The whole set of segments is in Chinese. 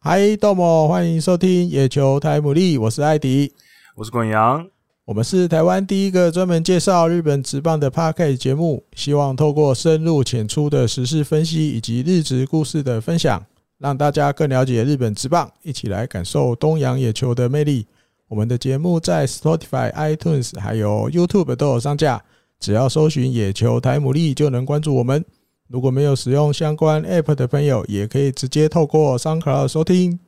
嗨，豆某，欢迎收听野球台牡蛎，我是艾迪，我是滚阳，我们是台湾第一个专门介绍日本职棒的 p a r k e 节目，希望透过深入浅出的时事分析以及日职故事的分享，让大家更了解日本职棒，一起来感受东洋野球的魅力。我们的节目在 Spotify、iTunes 还有 YouTube 都有上架，只要搜寻“野球台牡蛎”就能关注我们。如果没有使用相关 App 的朋友，也可以直接透过 SoundCloud 收听。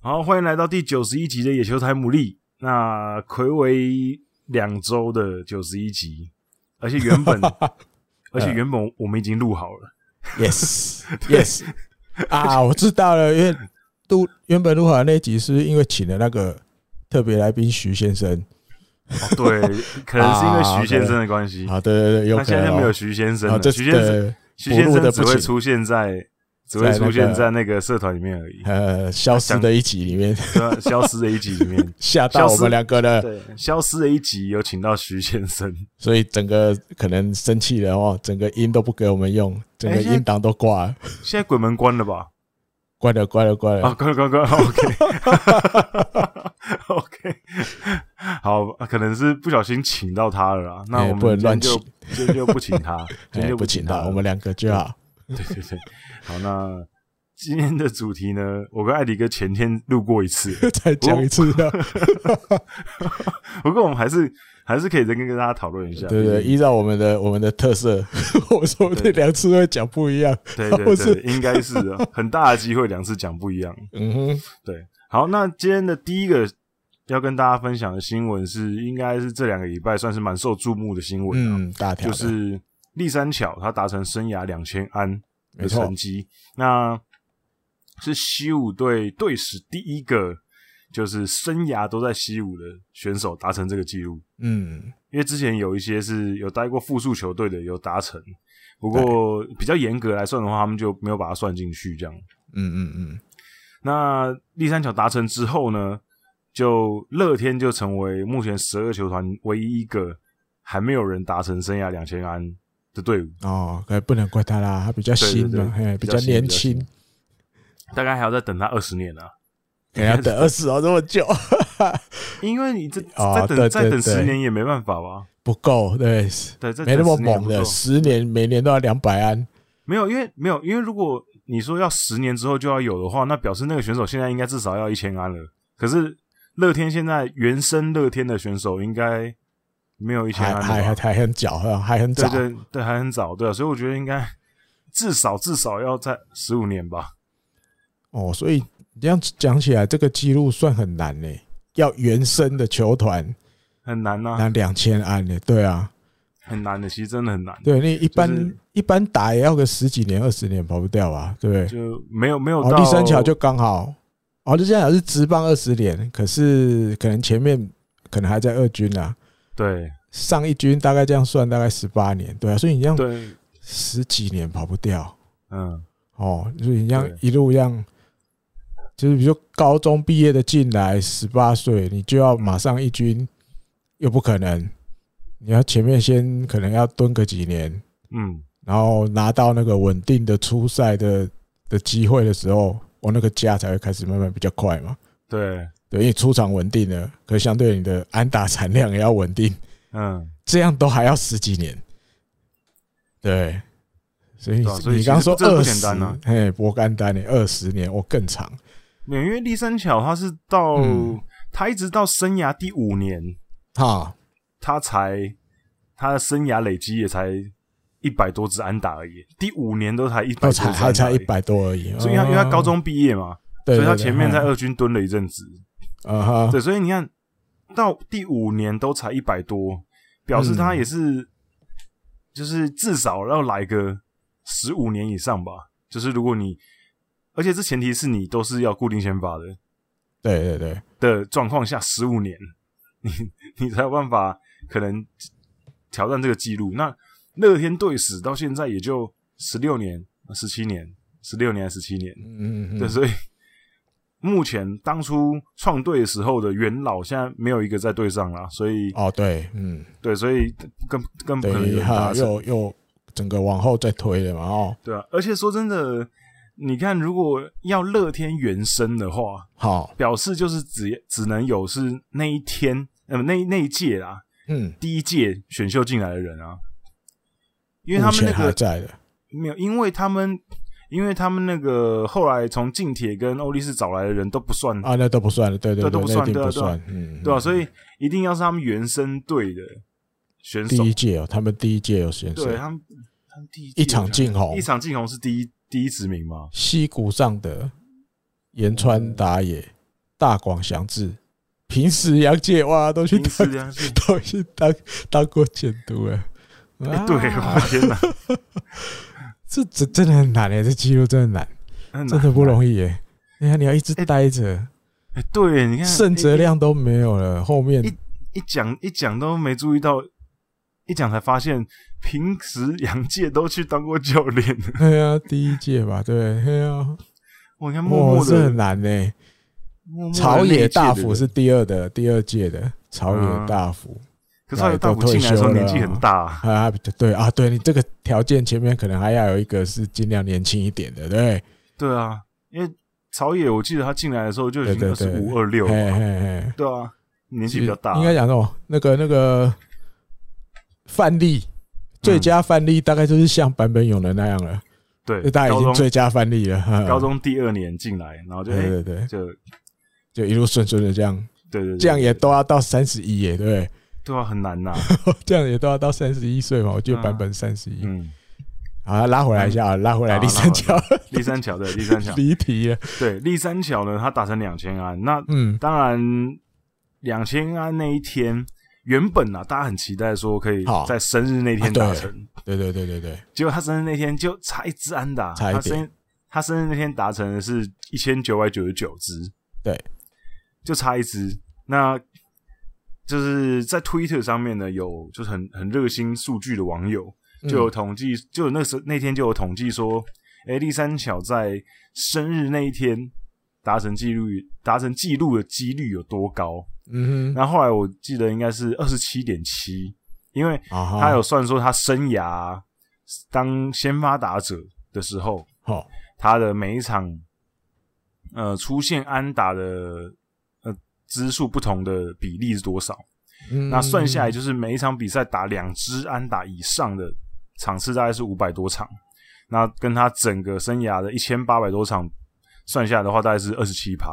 好，欢迎来到第九十一集的野球台牡蛎。那暌违两周的九十一集，而且 原本，而且原本我们已经录好了， Yes, yes 啊，我知道了，因为录原本录好的那集是因为请了那个特别来宾徐先生。哦对，可能是因为徐先生的关系。啊啊，对对对，有那可嗯现在能就没有哦徐先生啊，了，这徐先生，对徐先不录生的只不会行出现在，只会在那出现个在那个社团里面而已，呃消失的一集里面，对啊消失的一集里面 吓到我消们失两个了，对，消失的一集有请到徐先生，所以整个可能生气了哦，整个音都不给我们用，整个哎现在音档都挂了，现在鬼门关了吧？关了关了关啊，了。关 关关，OK，OK，好，可能是不小心请到他了啦。那哎我们不能今天乱就今天就不请 他，嗯今天哎，就不请请他，了我们两个就好。对对对，好，那今天的主题呢，我跟艾迪哥前天录过一次， 再讲一次哦 啊，不过我们还是还是可以再跟跟大家讨论一下，对对，毕依照我们的我们的特色， 我说不定对两次会讲不一样。竟我对是对对，应该是的，很大的机会两次讲不一样。嗯哼，对，好，那今天的第一个要跟大家分享的新闻是，应该是这两个礼拜算是蛮受注目的新闻啊、嗯，大条就的是立山巧他达成生涯两千安没的错成绩，那是西武队队史第一个就是生涯都在西武的选手达成这个记录，嗯，因为之前有一些是有待过复数球队的有达成，不过比较严格来算的话，他们就没有把它算进去这样。嗯嗯嗯，那立山桥达成之后呢，就乐天就成为目前十二球团唯一一个还没有人达成生涯两千安的队伍，哦，可不能怪他啦，他比较对对新嘛，对嘿，比比较较新年比较新轻，大概还要再等他二十年啊，给他等二十哦这么久 因为你这哦再对等再对等对十年也没办法吧？不够，对，对，再等没那么10年也猛不的，够十年每年都要两百安，没有，因为没有，因为如果你说要十年之后就要有的话，那表示那个选手现在应该至少要一千安了。可是乐天现在原生乐天的选手应该没有一千还安了吧还还还很早，还很对早，对对，还很早，对、啊，所以我觉得应该至少至少要在十五年吧。哦，所以你这样讲起来，这个记录算很难呢，要原生的球团很难呐、拿两千安呢，对啊，很难的，其实真的很难，对你一就是般一般打也要个十几年二十年跑不掉吧，对不对？就没有没有哦，到立三桥就刚好，哦，立三桥是直棒二十年，可是可能前面可能还在二军啊，对上一军大概这样算大概十八年，对啊，所以你这样对，十几年跑不掉嗯，哦，所以你这样对一路这样，就是比如说高中毕业的进来，十八岁你就要马上一军，又不可能，你要前面先可能要蹲个几年，嗯，然后拿到那个稳定的出赛的的机会的时候，我那个家才会开始慢慢比较快嘛。对，对，因为出场稳定了，可是相对你的安打产量也要稳定，嗯，这样都还要十几年。对，所以对啊所以你其实刚刚说这个二不十、简单啊嘿，博干丹呢，二十年我更长，没有，因为立三桥他是到、嗯他一直到生涯第五年，哈，他才他的生涯累积也才一百多支安打而已，第五年都才一百都多哦才支还安打才而一已，百多而已。所以他因为他高哦，中毕业嘛，对所以他对对前面在嗯二军蹲了一阵子，嗯哈，对，所以你看到第五年都才一百多，表示嗯他也是、就是至少要来个十五年以上吧。就是如果你，而且这前提是你都是要固定先发的对对对，的状况下，十五年你你才有办法可能挑战这个记录。那乐天队史到现在也就十六年、十七年，十六年还是十七年？嗯嗯 对，嗯，所以目前当初创队时候的元老，现在没有一个在队上啦，所以哦对，嗯，对，所以更更不可等能有于人达哈成，又又整个往后再推了嘛哦，对啊。而且说真的，你看，如果要乐天原生的话，好，表示就是只只能有是那一天，呃，那那一届啦，嗯，第一届选秀进来的人啊，因为他目们那前还个在的，没有，因为他们。因为他们那个后来从近铁跟欧力士找来的人都不算啊，那都不算了，对对对，都不那算一定对啊不对啊算，嗯，对啊，嗯所以一定要是他们原生队的选手第，一届哦，他们第一届有选手，对他们，他们第一届一场进好像红一，场进红是第一第一指名嘛？西谷上的岩嗯川打野、大广祥志，平时杨介哇都去平时当这样是，都去当当过监督了。哎、啊对，我的 天哪，这这真的很难哎、这记录真的难，很难真的不容易哎、你看，你要一直待着，哎、对，你看圣哲亮都没有了，后面一一讲一讲都没注意到，一讲才发现，平时杨介都去当过教练。哎呀，第一届吧，对，哎呀，我看默哇，默这的很难哎、默默的朝那一届野的大辅人是第二的，第二届的朝野大辅。可是他有大辅哎都退进来的时候休了年纪很大、啊，对啊，对你这个条件前面可能还要有一个是尽量年轻一点的，对对啊，因为朝野我记得他进来的时候就已经对二对十对五二六不对，嘿嘿嘿，对啊，年纪比较大，应该讲什么？那个那个范例，嗯最佳范例大概就是像版本永人那样了，对那，大家已高经中最佳范例了。呵呵高，中第二年进来，然后就哎、对对对，就对就一路顺顺的这样，对对，这样也都要到三十一耶，对 对啊，很难呐、不对，这样也都要到三十一岁嘛。我记得啊版本三十一，嗯，好，拉回来一下，拉回来好第三条立三桥对立三 桥离题了，对立三桥呢，他打成两千安，那嗯，当然两千安那一天。原本啊，大家很期待说可以好在生日那天啊对达成，对对对对对，结果他生日那天就差一支安打，差一他点生日他生日那天达成的是一千九百九十九支，对，就差一支。那就是在 Twitter 上面呢，有就是很很热心数据的网友嗯就有统计，就有那时候那天就有统计说，哎、立三巧在生日那一天达成记录达成记录的几率有多高？嗯哼，那后来我记得应该是二十七点七，因为啊哈他有算说他生涯当先发打者的时候，好。他的每一场呃出现安打的呃支数不同的比例是多少？嗯那算下来就是每一场比赛打两支安打以上的场次大概是五百多场，那跟他整个生涯的一千八百多场算下来的话，大概是二十七趴。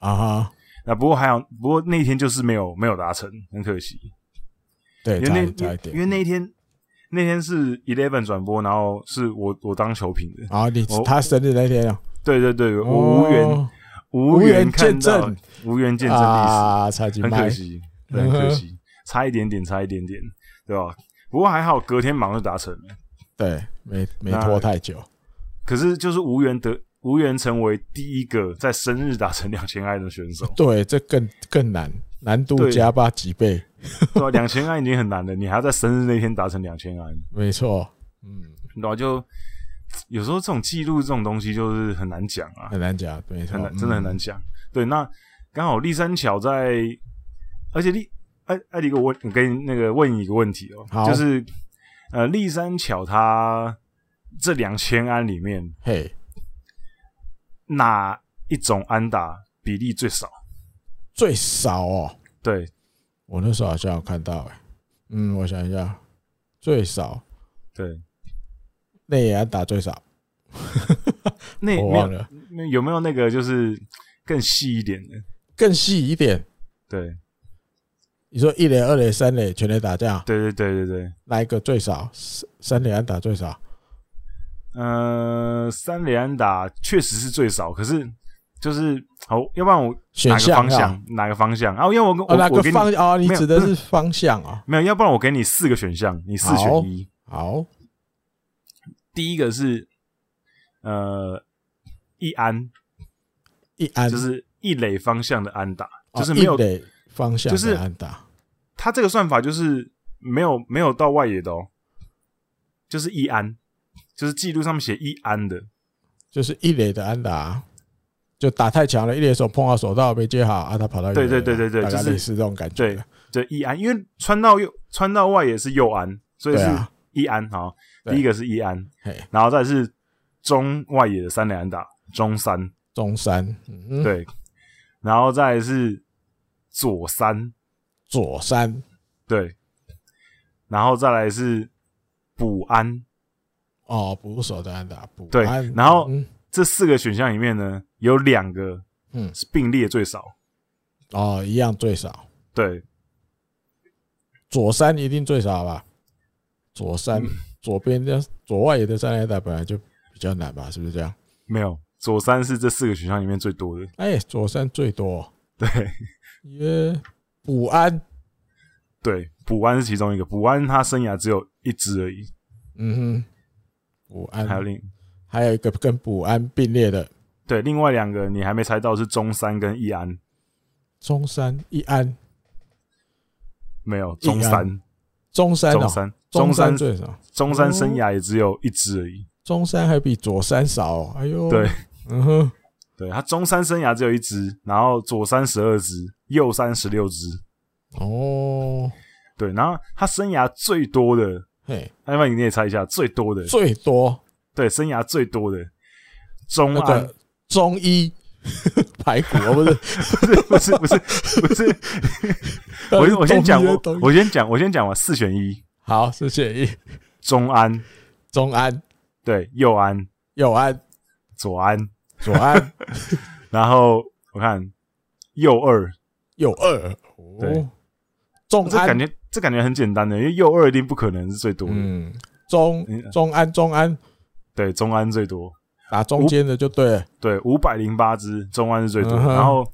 啊哈，那不过还有，不过那天就是没有没有达成，很可惜。对，因差为一那差一因为点。嗯那一天那天是 Eleven 转播，然后是我我当球评的。啊，你我他生日那天啊，对对对，我哦哦无缘、无无缘缘看见到证，无缘见证历啊，差几史，很麦可，惜，对很 可惜，差一点点，差一点点，对吧？不过还好，隔天马上就达成了。对，没没那拖太久。，可是就是无缘得无缘成为第一个在生日达成两千爱的选手对，这更更难，难度对加八几倍，对吧、两千爱已经很难了，你还要在生日那天达成两千爱，没错，嗯，然后就有时候这种记录这种东西就是很难讲啊，很难讲，没错嗯很，难，真的很难讲。嗯对，那刚好立三桥在，而且立艾艾迪哥，我我跟你那个问你一个问题哦、好就是呃，立三桥他这两千安里面嗯。嘿，哪一种安打比例最少？最少哦，对，我那时候好像有看到，哎，嗯，我想一下，最少对，内野安打最少，那我哎没忘有了，那有没有那个就是更细一点的？更细一点，对，你说一垒、二垒、三垒全垒打这样，对对对对对，哪一个最少？三三垒安打最少，呃，三连安打确实是最少，可是就是好，要不然我选哪个项方要向？哪个方向？啊，因为我跟哦，我哪我个给你方哦，你没有指的不是方向啊、没有，要不然我给你四个选项，你四选一。好，第一个是呃一安，一安就是一垒方向的安打，哦就是没有一垒方向，就是安打。它这个算法就是没有没有到外野的哦，就是一安，就是记录上面写一安的，就是一垒的安打，啊就打太强了，一垒手碰到手套没接好，啊，他跑到一垒对对了对对对大概就是类似这种感觉。对这一安，因为穿到右穿到外也是右安，所以对是啊一安好，对第一个是一安嘿，然后再是中外野的三垒安打，中三中山，嗯哼，对，然后再是左三左山，对，然后再来是补安，哦，捕手的安打，补对安然后嗯这四个选项里面呢，有两个嗯是并列最少，哦，一样最少，对，左山一定最少吧？左嗯山、左边的左外野的三垒打本来就比较难吧？是不是这样？没有左三是这四个选项里面最多的，哎、左山最多，对耶，补安，对，补安是其中一个，补安他生涯只有一支而已，嗯哼，补安，还有另还有一个跟补安并列的对，另外两个你还没猜到是中山跟义安，中山一安，没有义安中山，中山中哦，山，中中山，最少，中山生涯也只有一支而已。中山还比左山少、哦，哎呦，对，嗯哼，对他中山生涯只有一支，然后左三十二支，右三十六支，哦，对，然后他生涯最多的，嘿，那么你也猜一下，最多的，最多对，生涯最多的中那安，个中医 排骨，哦不是， 不是不是不 是， 我先我先讲我中医我先讲我先讲完四选一，好，谢谢一中安中安、对右安右安、左安，左 安、然后我看右二右二，对哦，中这安感，觉这感觉很简单的，因为右二一定不可能是最多的，嗯，中嗯中安中安对，中安最多，打中间的就对了，对，五百零八只，中安是最多，嗯哼然后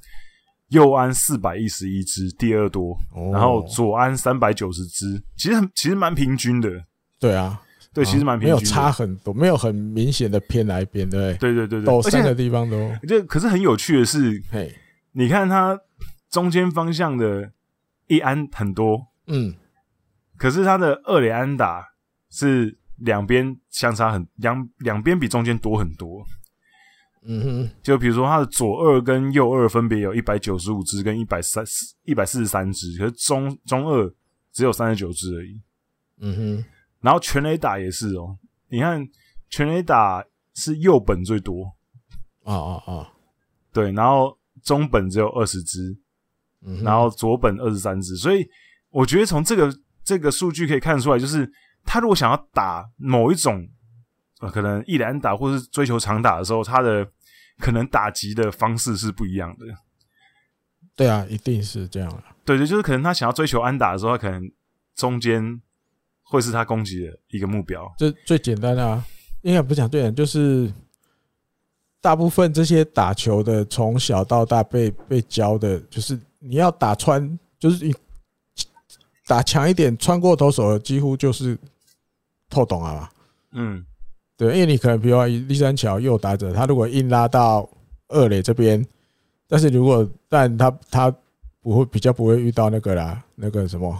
右安四百一十一只，第二多，哦然后左安三百九十只，其实很其实蛮平均的，对啊，对，其实蛮没平均有的，差很多，没有很明显的偏哪一边，对不对？对对对对，都而三个且地方都，这可是很有趣的是，嘿，你看它中间方向的一安很多，嗯，可是它的二垒安打是两边相差很两两边比中间多很多，嗯就比如说它的左二跟右二分别有一百九十五只跟一百三一百四十三只，可是中中二只有三十九只而已。哼，嗯哼，然后全垒打也是哦，你看全垒打是右本最多，啊啊啊，对，然后中本只有二十只，嗯哼，然后左本二十三只，所以我觉得从这个这个数据可以看出来，就是他如果想要打某一种，呃、可能一垒安打或是追求长打的时候，他的可能打击的方式是不一样的。对啊，一定是这样了，对对，就是可能他想要追求安打的时候，他可能中间会是他攻击的一个目标。这最简单的啊，应该不是讲最简单，就是大部分这些打球的从小到大被被教的，就是你要打穿，就是你打强一点，穿过投手的几乎就是透懂了嘛。嗯，对，因为你可能比如说立三桥右打者，他如果硬拉到二垒这边，但是如果但他他不会比较不会遇到那个啦，那个什么，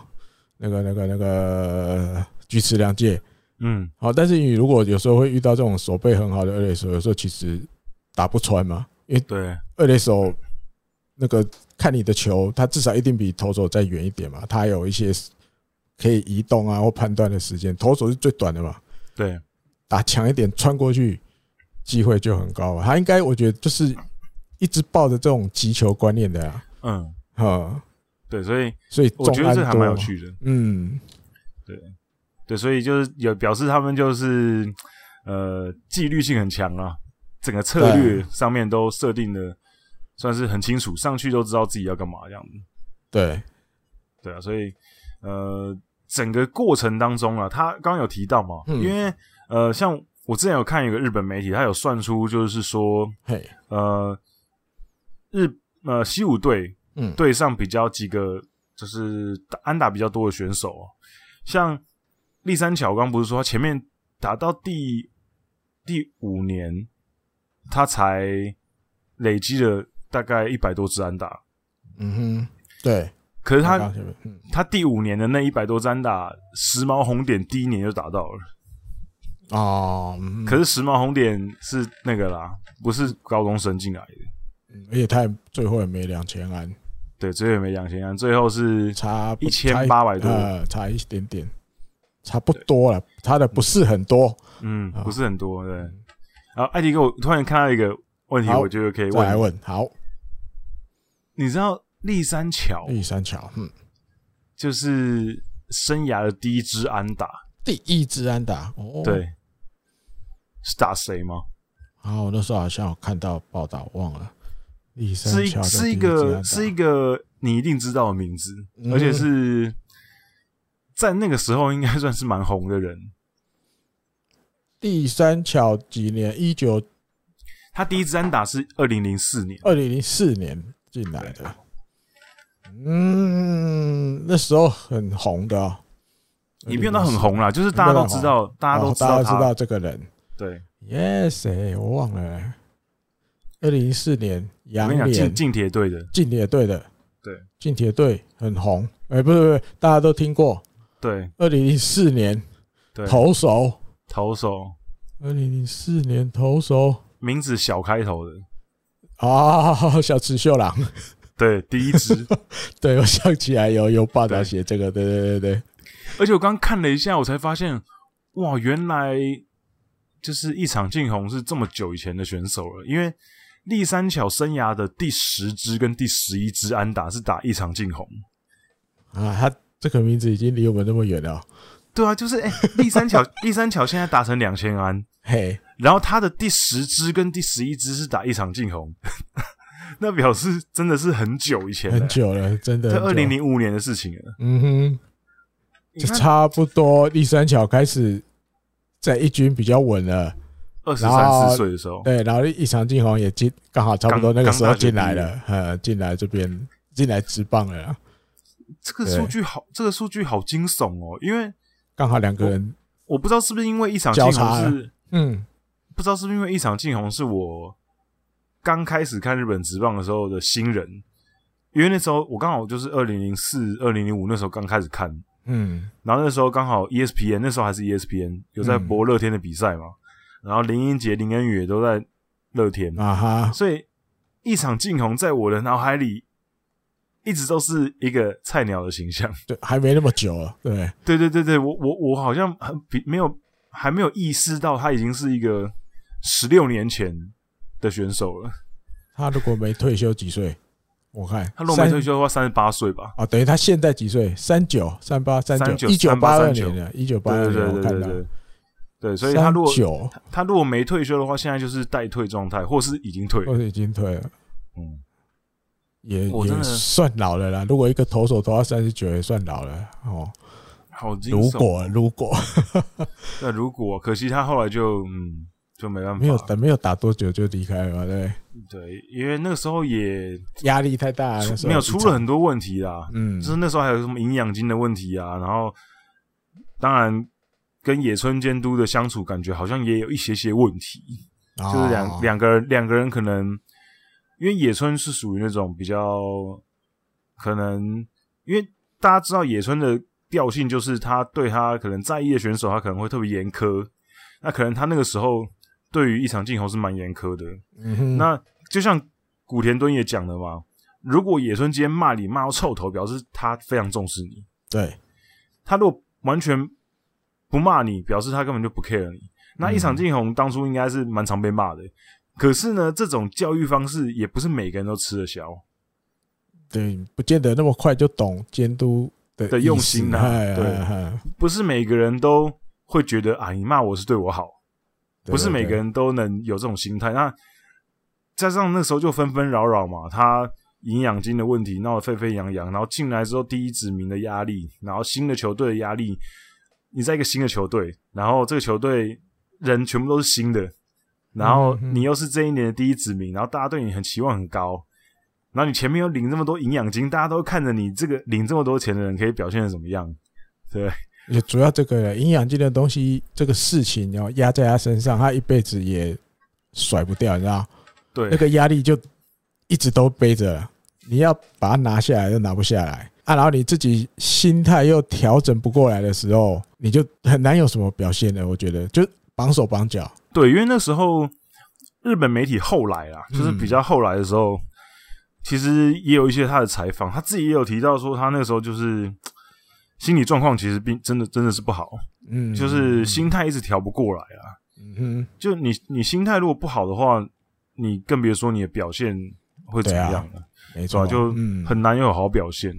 那个那个那个菊池良介。嗯，好，但是你如果有时候会遇到这种手背很好的二垒手，有时候其实打不穿嘛，因为对二垒手那个看你的球，他至少一定比投手再远一点嘛，他有一些可以移动啊或判断的时间，投手是最短的嘛。对，打强一点穿过去，机会就很高了。啊他应该我觉得就是一直抱着这种击球观念的啊，嗯，哈，对，所以所以我觉得这还重安蛮有多，趣的。嗯，对，所以就是有表示他们就是呃纪律性很强啊，整个策略上面都设定的算是很清楚，上去都知道自己要干嘛这样子。对，对啊，所以呃，整个过程当中啊，他刚刚有提到嘛，嗯因为呃，像我之前有看一个日本媒体，他有算出就是说，嘿，呃，日呃西武队嗯，对上比较几个就是打安打比较多的选手、哦，像立三桥，我刚不是说他前面打到第第五年，他才累积了大概一百多支安打，嗯哼，对，可是他刚刚前面嗯他第五年的那一百多张打，时髦红点第一年就打到了，哦，嗯可是时髦红点是那个啦，不是高中生进来的，而且他也最后也没两千安，对，最后也没两千安，最后是差不1800多呃，差一点点，差不多了，差的不是很多。嗯啊不是很多，对。然后艾迪哥，我突然看到一个问题，好我觉得可以再来问，问，好，你知道立山桥第三桥，嗯，就是生涯的第一支安打，第一支安打，哦，，对，是打谁吗？然后我那时候好像有看到报道，忘了，第三是一桥的是一第支安个打是一个你一定知道的名字，嗯而且是在那个时候应该算是蛮红的人。第三桥几年？一九他第一支安打是二零零四年，二零零四年进来的，嗯，那时候很红的、哦，也没有到很红啦，就是大家都知道，大家都哦知道大家知他。道这个人。对， Yes，哎我忘了。二零一四年，我杨跟你讲，脸进进铁队的，近铁队的，对，近铁队很红，哎、不是不是，大家都听过。对二零一四年对，投手，投手二零零四年投手名字小开头的，啊、小池秀郎，对，第一 支。对我想起来有有报道对写这个，对对对对，而且我刚看了一下，我才发现，哇，原来就是一场进红是这么久以前的选手了。因为立三巧生涯的第十支跟第十一支安打是打一场进红。啊，他这个名字已经离我们那么远了，对啊，就是哎、立三巧， 立三巧现在打成两千安，嘿，然后他的第十支跟第十一支是打一场进红， 那表示真的是很久以前了，很久了，真的在很久，二零零五年的事情了。嗯哼。你就看差不多第三桥开始在一军比较稳了，二十然后三四岁的时候，对，然后一场进红也进，刚好差不多那个时候进来刚了，呃，进来这边进来直棒了啊啦，这个对数据好，这个数据好惊悚哦，因为。刚好两个人，我不知道是不是因为一场进交叉红是了嗯，不知道是不是因为一场进红是我刚开始看日本职棒的时候的新人，因为那时候我刚好就是二零零四、二零零五那时候刚开始看，嗯，然后那时候刚好 E ESPN 那时候还是 ESPN 有在播乐天的比赛嘛，然后林英杰、林恩宇也都在乐天，啊哈，所以一场进红在我的脑海里一直都是一个菜鸟的形象。对，还没那么久了，对，对对对对，我我我好像很比没有还没有意识到他已经是一个十六年前的选手了。他如果没退休几岁，我看他如果没退休休的话，三十八岁吧。啊，等于他现在几岁？三九、三八、三九， 39一九八二39年啊的，一九八对二对年，对我对看对到对，对，所以他如果九他如果没退休的话，现在就是待退状态，或是已经退了。或者已经退了，嗯，也我真也的算老了啦。如果一个投手投到三十九，也算老了哦。好惊如悚。果如果那如果，可惜他后来就嗯就没办法，没有打没有打多久就离开了嘛，对不对，对，因为那个时候也压力太大了，那时出候没有一出场了很多问题啦。嗯，就是那时候还有什么营养金的问题啊，然后当然跟野村监督的相处，感觉好像也有一些些问题，哦就是两两个人两个人可能，因为野村是属于那种比较可能，因为大家知道野村的调性就是他对他可能在意的选手，他可能会特别严苛，那可能他那个时候对于一场进球是蛮严苛的，嗯那那就像古田敦也讲的嘛，如果野村今天骂你骂到臭头，表示他非常重视你；对他如果完全不骂你，表示他根本就不 care 你。那一场进红当初应该是蛮常被骂的，可是呢，这种教育方式也不是每个人都吃得消。对，不见得那么快就懂监督的的意用思心啊哎对哎哎不是每个人都会觉得啊，你骂我是对我好，对不是每对个人都能有这种心态。那加上那时候就纷纷扰扰嘛，他营养金的问题闹得沸沸扬扬，然后进来之后第一指名的压力，然后新的球队的压力，你在一个新的球队，然后这个球队人全部都是新的，然后嗯嗯你又是这一年的第一指名，然后大家对你很期望很高。然后你前面又领这么多营养金，大家都看着你这个领这么多钱的人可以表现的怎么样？也主要这个呃营养金的东西，这个事情要压在他身上，他一辈子也甩不掉，你知道，对，那个压力就一直都背着了。你要把它拿下来，又拿不下来啊，然后你自己心态又调整不过来的时候，你就很难有什么表现了。我觉得，就绑手绑脚。对，因为那时候日本媒体后来啦，就是比较后来的时候，其实也有一些他的采访，他自己也有提到说，他那时候就是心理状况其实并真的真的是不好，嗯，就是心态一直调不过来啊。嗯哼，就你你心态如果不好的话，你更别说你的表现会怎么样了，没是吧、错，哦就嗯，很难有好表现。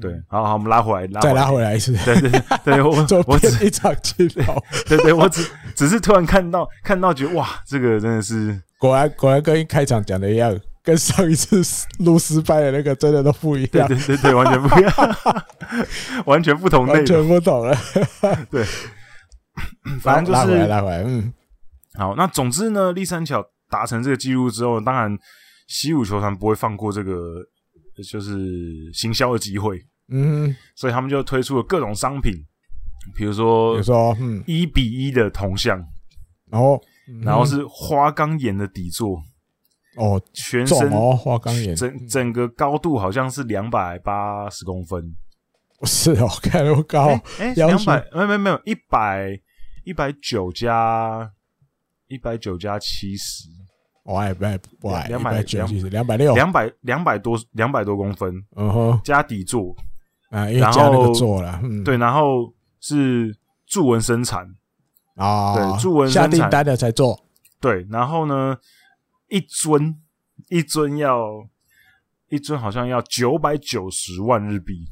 对，好好，我们拉回来，拉再回来。拉回来一次，对对对对，我就我只变一场气 泡。对对，我只只是突然看到看到，觉得哇，这个真的是果然果然跟一开场讲的一样，跟上一次录失败的那个真的都不一对样，对对对，完全不一样， 完全不同内完容。全不懂了。反正拉就拉回来，是拉回来，嗯，好。那总之呢，立三巧达成这个记录之后，当然西武球团不会放过这个就是行销的机会，嗯所以他们就推出了各种商品，比如哼，比说如说，嗯，一比一的铜像，然后，然后嗯是花岗岩的底座，哦，全重身哦，花岗岩，整整个高度好像是两百八十公分。不是哦， 看那么高，哎，要两求百没有没有没有一百一百九加一百九加七十，我爱不爱不爱，两一百百九十两百六，两百两百多两百多公分嗯哼，加底座，啊，因为然后加那个座了，嗯，对，然后是柱纹生产，啊，对朱文下生产订单的才做， 对，然后呢一尊一尊要一尊好像要九百九十万日币，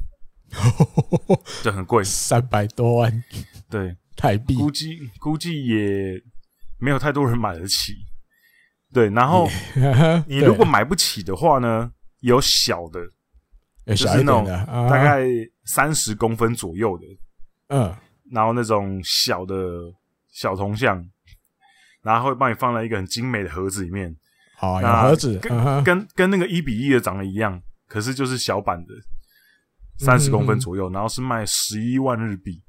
这很贵，三百多万对，台币， 估计估计也没有太多人买得起，对，然后。你如果买不起的话呢，有小的，对有哎小一点的，啊大概三十公分左右的，嗯，然后那种小的小铜像，然后会帮你放在一个很精美的盒子里面，好，有那盒子，跟、嗯哼跟跟那个一比一的长得一样，可是就是小版的，三十公分左右，然后是卖十一万日币。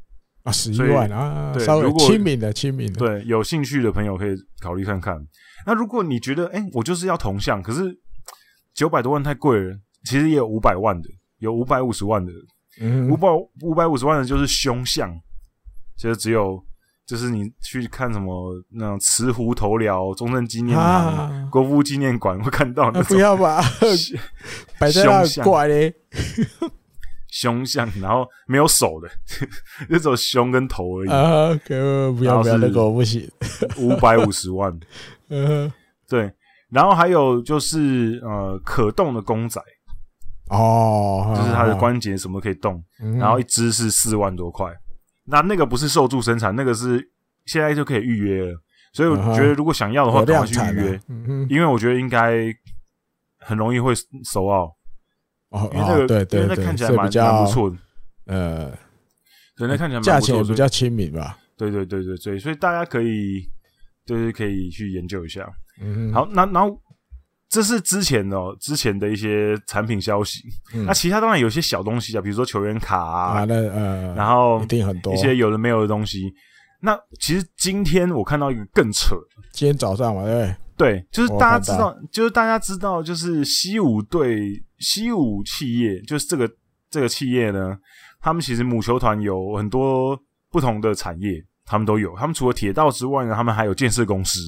啊，十一所以万啊，对稍微如果亲民的，亲民的，对，有兴趣的朋友可以考虑看看。那如果你觉得，哎、我就是要铜像，可是九百多万太贵了，其实也有五百万的，有五百五十万的，嗯五百五百五十万的就是凶相，就是只有就是你去看什么那种慈湖头寮、中正纪念堂、啊，国父纪念馆会看到那那不种要吧， 摆在那很怪嘞，凶相，然后没有手的， 就只有胸跟头而已，啊，可不然要后不要，是那个我不行，五百五十万。嗯哼，对，然后还有就是呃可动的公仔，哦，就是它的啊，关节什么可以动，嗯然后一只是四万多块。那那个不是受助生产，那个是现在就可以预约了。所以我嗯哼觉得，如果想要的话，有赶快量去产预约啊，，嗯哼，因为我觉得应该很容易会收奥，哦，因为那个、哦对对因为那对，看起来所以蛮比较蛮不，错的，呃，对，那看起来蛮不错价的钱也比所以较亲民吧，对对对对对，所以大家可以就是可以去研究一下。嗯哼，好，那然后这是之前哦之前的一些产品消息，嗯那其他当然有些小东西啊，比如说球员卡啊，啊，那呃，然后一定很多，一些有的没有的东西。那其实今天我看到一个更扯的今天早上嘛，对不对，对，就是我有大家看知道，就是大家知道，就是西武队、西武企业，就是这个这个企业呢，他们其实母球团有很多不同的产业，他们都有。他们除了铁道之外呢，他们还有建设公司，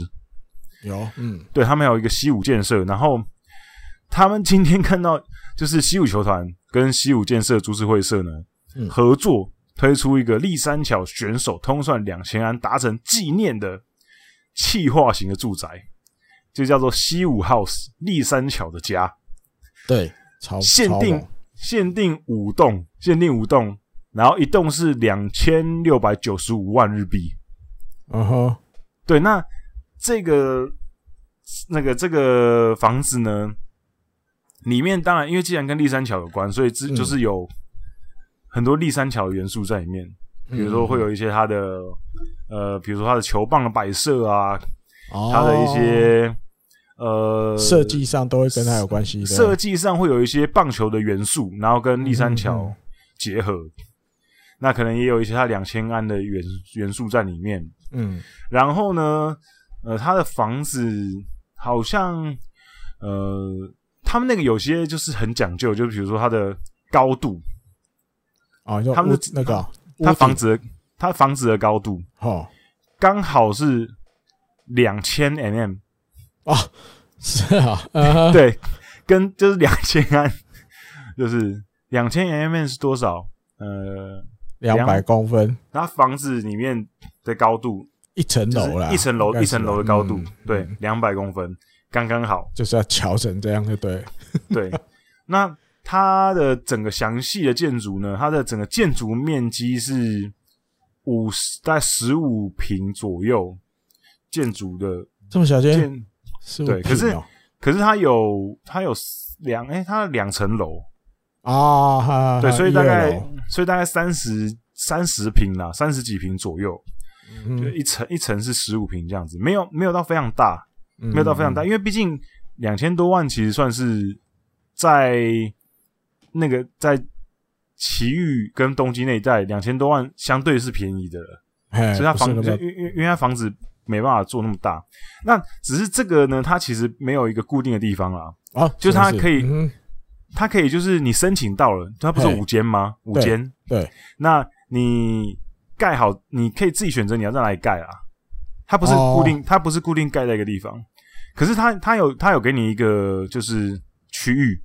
有，嗯，对他们还有一个西武建设。然后他们今天看到，就是西武球团跟西武建设株式会社呢、嗯合作推出一个立三桥选手通算两千安达成纪念的气化型的住宅，就叫做西武 House 立三桥的家，对，超限哦超定猛限定五栋，限定五栋，然后一栋是两千六百九十五万日币。嗯哼，对，那这个那个这个房子呢，里面当然因为既然跟立三桥有关，所以这嗯就是有很多立三桥的元素在里面，比如嗯说会有一些它的呃，比如说它的球棒的摆设啊，它的一些、呃哦设计上都会跟它有关系的，设计上会有一些棒球的元素，然后跟立嗯三桥结合。那可能也有一些它两千安的元元素在里面，嗯，然后呢，呃，他的房子好像，呃，他们那个有些就是很讲究，就比如说它的高度，哦，你说他们屋是那个哦它屋房顶子的它房子的高度哦，刚好是两千 mm，哦，是啊，呃，对，跟就是两千安， 就是两千 mm 是多少？呃， 两百公分，它房子里面的高度一层就是楼啦，一层楼应该一是层楼的吧高度嗯，对，两百公分刚刚好。就是要调整这样就对了，对，那它的整个详细的建筑呢，它的整个建筑面积是五十大概十五平左右，建筑的这么小间，建，是哦对可是啊可是它有它有两哎、它有两层楼，啊，哈对，哈所以一大二概楼所以大概三十三十平啦，三十几平左右，就嗯一层一层是十五平这样子，没有没有到非常大，嗯没有到非常大，因为毕竟两千多万其实算是在那个在奇遇跟东京那一带，两千多万相对是便宜的了，嘿所以它哎不是房那因么因因因为它房子没办法做那么大。那只是这个呢，它其实没有一个固定的地方啦，啊，哦就是它可以嗯它可以就是你申请到了，它不是嘿五间吗？五间，对，那你盖好，你可以自己选择你要在哪里盖啊。它不是哦固定，它不是固定盖在一个地方，可是它它有它有给你一个就是区域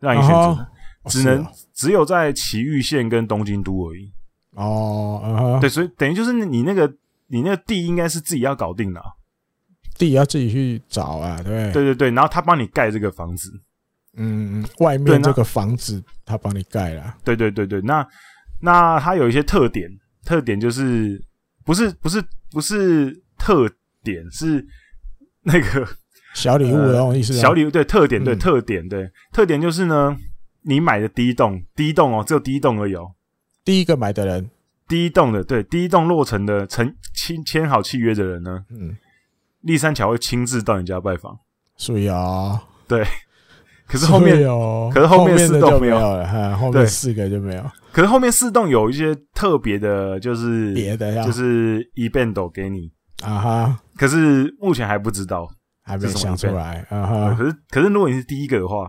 让你选择，啊哈只能、哦是只有在埼玉县跟东京都而已。哦哦，嗯哼对，所以等于就是你那个你那个地应该是自己要搞定的啊、地要自己去找啊，对，对对对，然后他帮你盖这个房子，嗯，嗯外对面那这个房子他帮你盖了，对对对对，那那它有一些特点，特点就是不是不是不是特点是那个小礼物呃那种意思啊，小礼物，对特点对嗯特点对特点就是呢，你买的第一栋第一栋哦，只有第一栋而已哦，第一个买的人，第一栋的对第一栋落成的成签签好契约的人呢，嗯，立三桥会亲自到你家拜访，所以啊，可是后面对哦，可是后面四的栋就没没有了，哈，后对面四个就没有可是后面四栋有一些特别的，就是别啊的呀就，是 event 给你，啊哈，可是目前还不知道。还没这是什么想出来，啊哈，可是可是如果你是第一个的话，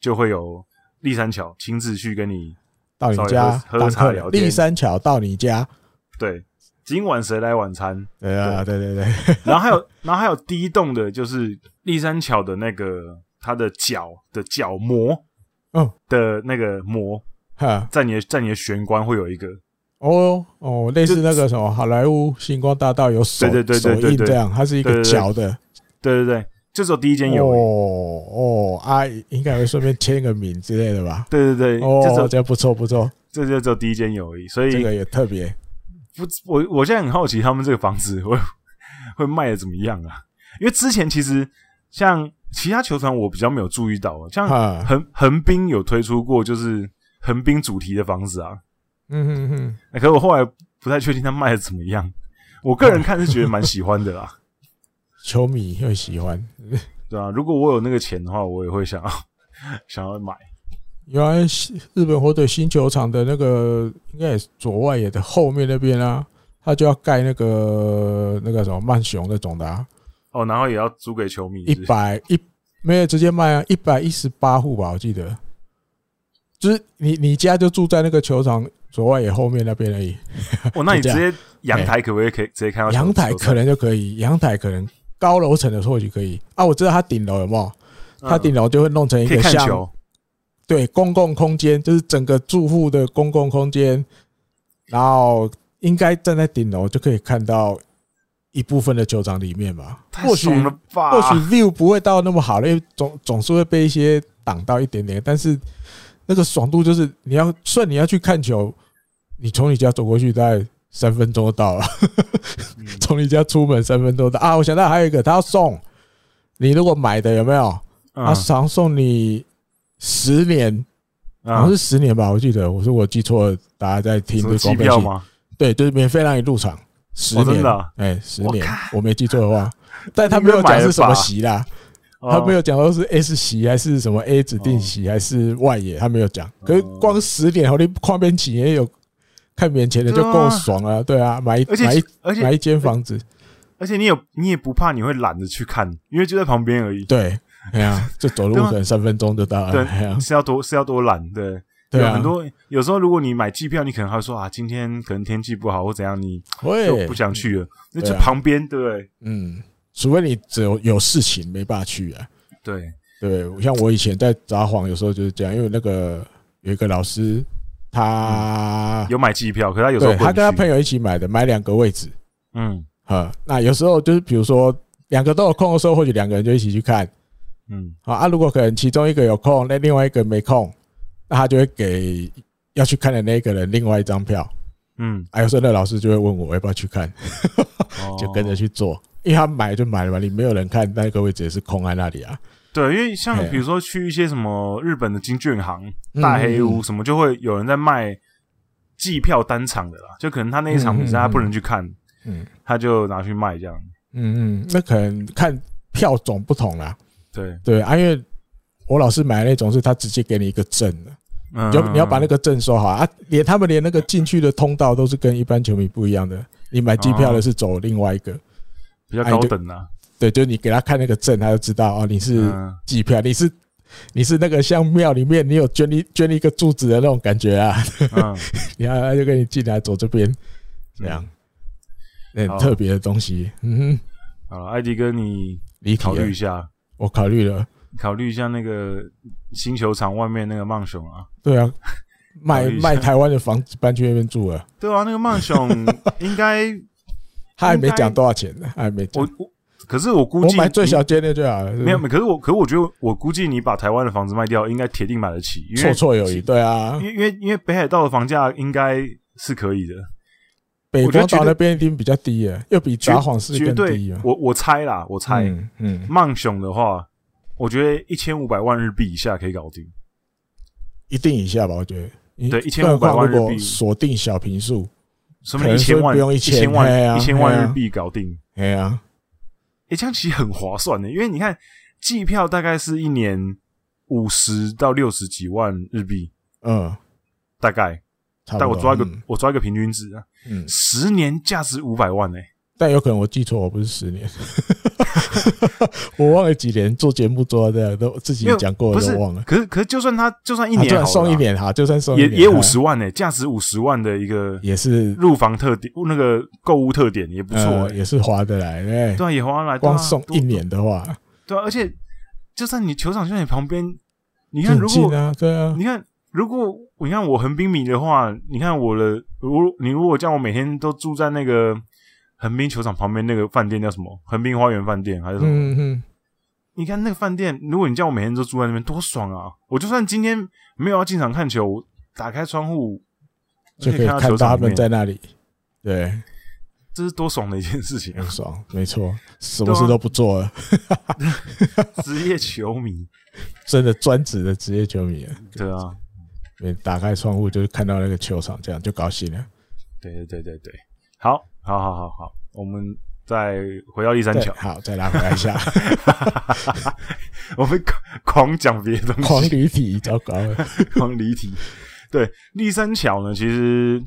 就会有立山桥亲自去跟你到你稍微家喝喝当茶客聊人，天立三桥到你家，对今晚谁来晚餐，对啊，对对对， 然后还有然后还有第一栋的就是立山桥的那个它的角的角膜，嗯的那个膜哈，在你的在你的玄关会有一个，哦哦，类似那个什么好莱坞星光大道有手对对对手对对印对这样，它是一对个对对角的，对对对，就只有第一间有而已，哦哦，啊，应该会顺便签个名之类的吧？对对对，就哦，只有这不错不错，这就只有第一间有而已，所以这个也特别。不，我我现在很好奇他们这个房子 会会卖的怎么样啊？因为之前其实像其他球团我比较没有注意到啊，像哈，横横滨有推出过就是横滨主题的房子啊，嗯哼哼，那可我后来不太确定它卖的怎么样。我个人看是觉得蛮喜欢的啦， 球迷会喜欢。对啊，如果我有那个钱的话，我也会想要 想要买。原来西日本火腿新球场的那个，应该也是左外野的后面那边啊，他就要盖那个那个什么曼雄那种的、啊，哦，然后也要租给球迷一是不是百一没有直接卖啊，一百一十八户吧，我记得。就是你你家就住在那个球场左外野后面那边而已，哦，那你就直这接阳台可不可以可以直接看到球阳台可能就可以，阳台可能高楼层的或许可以啊。我知道它顶楼有没有？它嗯顶楼就会弄成一可以个看像球，对公共空间，就是整个住户的公共空间，然后应该站在顶楼就可以看到一部分的球场里面吧。太或许爽了吧？或许 view 不会到那么好了，因为总总是会被一些挡到一点点，但是那个爽度就是你要算你要去看球，你从你家走过去大概三分钟就到了。嗯从你家出门三分钟到啊！我想到还有一个，他要送你，如果买的有没有？嗯他啊常送你十年，好嗯像是十年吧，我记得。我说我记错了，大家在听什这么个机广票播信？吗？对，就是免费让你入场，十哦真年的啊，哎，十我年看，我没记错的 话，但他没有讲是什么席啦，哦他没有讲说是 S 席还是什么 A 指定席还是外野，他没有讲。哦可是光十年，我连跨边起也有看免钱的就对啊够爽了，对啊，买一而买一且而买且一间房子。而且你有你也不怕你会懒得去看，因为就在旁边而已。对，哎呀，就走路对吗啊可能三分钟就到了。对哎呀，是要多是要多懒，对。对有啊很，多有时候如果你买机票，你可能还会说啊，今天可能天气不好或怎样，你就会不想去了。那对就啊旁边，对不对？嗯，除非你只有有事情没办法去啊。对，对，像我以前在札幌，有时候就是这样，因为那个有一个老师，他有买机票，可是他有时候对不他能跟他去朋友一起买的，买两个位置，嗯啊，那有时候就是比如说两个都有空的时候，或许两个人就一起去看嗯啊。啊，如果可能其中一个有空，那另外一个没空，那他就会给要去看的那个人另外一张票。嗯，啊，有时候那老师就会问我要不要去看，哦 就跟着去做，因为他买就买了嘛，你没有人看，那个位置也是空在那里啊。对，因为嘿像啊比如说去一些什么日本的金券行、嗯大黑屋什么，就会有人在卖季票单场的啦，就可能他那一场比赛嗯嗯他不能去看，嗯，他就拿去卖这样。嗯嗯，那可能看票种不同啦，对，对啊，因为我老师买的那种是他直接给你一个证的，嗯，就你要把那个个证收好啊，连他们连那个进去的通道都是跟一般球迷不一样的，你买机票的是走另外一个，比较哎高对等啦，对，就是你给他看那个证，他就知道哦，你是嗯机票，你是。你是那个像庙里面，你有捐一捐一个柱子的那种感觉啊， 嗯，然后他就跟你进来走这边，这样，很好特别的东西。嗯哼，好了，艾迪哥，你离题考虑了一，下，我考虑了，考虑一下那个新球场外面那个曼熊啊。对 啊，卖考虑一下卖台湾的房子搬去那边住了，对啊，那个曼熊 应该他还没应讲该多少钱呢，他还没我讲。我，可是我估我计哦买最你小间的就好了，没有，可是我可是我觉得我估计你把台湾的房子卖掉，应该铁定买得起，因为绰绰有余。对啊因，为因为因为北海道的房价应该是可以的，北我就光觉岛得那边一定比较低耶，又比绝札幌市绝更对低啊。我我猜啦，我猜、嗯嗯，曼雄的话，我觉得一千五百万日币以下可以搞定。一定以下吧，我觉得。对你1500更何况万日如果币锁定小平数，什可么能一千说万不用一1000千嘿万啊一千嘿万啊日币搞定？哎呀，诶，这样其实很划算的，因为你看机票大概是一年五十到六十几万日币，嗯，大概，差不多。但我抓一个、嗯我抓一个平均值啊，嗯，十年价值五百万诶。但有可能我记错，我不是十年， 我忘了几年做节目做到这样，都自己没有讲过不了是都忘了。可是可是就算他就算一啊年就好了算啦、送一年哈，就算送一也年也哈五十万呢、价值五十万的一个也是入房特点，那个购物特点也不错、呃欸也是划得来，对不对，对啊，也划得来，对啊光送一，年的话，对啊，而且就算你球场就在你旁边，你就看很如近果、啊，对啊， 你看如果你看我横滨米的话，你看我的，如果你如果叫我每天都住在那个横滨球场旁边那个饭店叫什么？横滨花园饭店还是什么？嗯嗯，你看那个饭店，如果你叫我每天都住在那边，多爽啊！我就算今天没有要进场看球，我打开窗户就可以看看球到场他里们面，在那里，对，这是多爽的一件事情啊 很！爽，没错，什么对啊事都不做了，职业球迷，真的专职的职业球迷了，对啊，对打开窗户就是看到那个球场，这样就高兴了。对对对对对，好，好好好好，我们再回到立三对桥，好，再拉回来一 下， 我们狂狂讲别的东狂西，驴体，糟糕了， 狂离题。对，立三桥呢，其实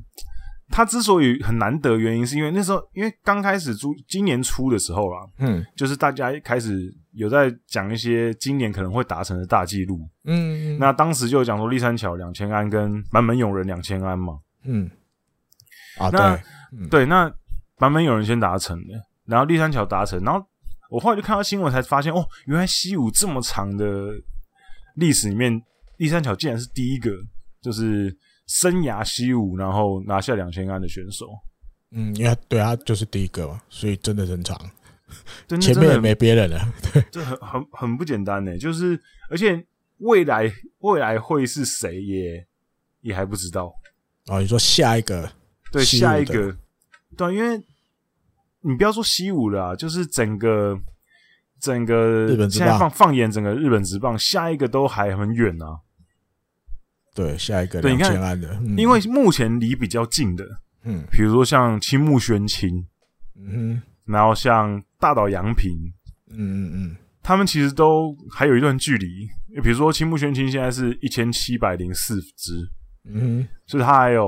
它之所以很难得，原因是因为那时候，因为刚开始租今年初的时候啦，嗯就是大家开始有在讲一些今年可能会达成的大纪录。嗯那当时就有讲说，立三桥两千安跟满门勇人两千安嘛。嗯，啊那对，嗯对，那版本有人先达成的，然后立山桥达成，然后我后来就看到新闻才发现，哦，原来西武这么长的历史里面，立山桥竟然是第一个，就是生涯西武然后拿下两千安的选手。嗯，因为他对他就是第一个嘛，所以真的很长，对，那前嗯真面的也很没别人了，这很很很不简单呢。就是而且未来未来会是谁也也还不知道。哦，你说下一个，对，西下武一的个，对，因为你不要说西武了啊、就是整个整个日本职现在棒放放眼整个日本职棒，下一个都还很远啊，对，下一个对两你看千安的，嗯因为目前离比较近的，嗯比如说像青木宣清，嗯然后像大岛洋平，嗯嗯他们其实都还有一段距离。比如说青木宣清现在是一千七百零四支，嗯所以他还有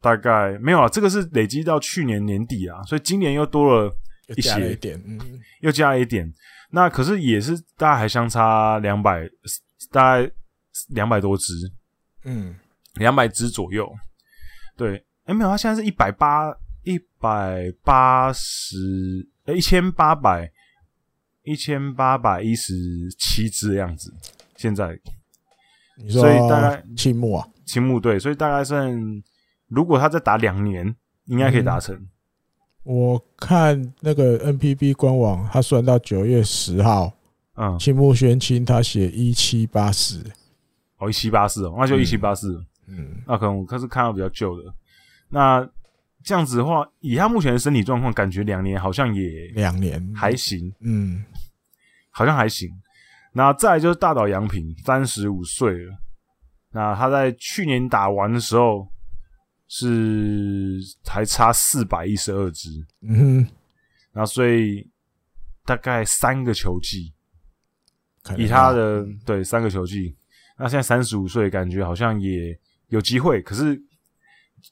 大概没有啊，这个是累积到去年年底啊，所以今年又多了。又一加了些一点，嗯又加了一点。那可是也是大概还相差两百，大概两百多只。嗯，两百只左右。对，哎，没有，它现在是一百八一百八十，一千八百一千八百一十七只的样子。现在你说，所以大概青木啊，青木队，所以大概剩，如果他再打两年，应该可以达成。我看那个 NPB 官网，他算到九月十号，嗯，青木宣清他写一七八四，哦，一七八四哦，那就嗯一七八四。嗯，啊那可能我可是看到比较旧的。那这样子的话，以他目前的身体状况，感觉两年好像也两年，还行，嗯，好像还行。那再来就是大岛洋平，三十五岁了。那他在去年打完的时候是还差四百一十二支，嗯哼，那所以大概三个球季，可能以他啊的对三个球季，那现在三十五岁，感觉好像也有机会，可是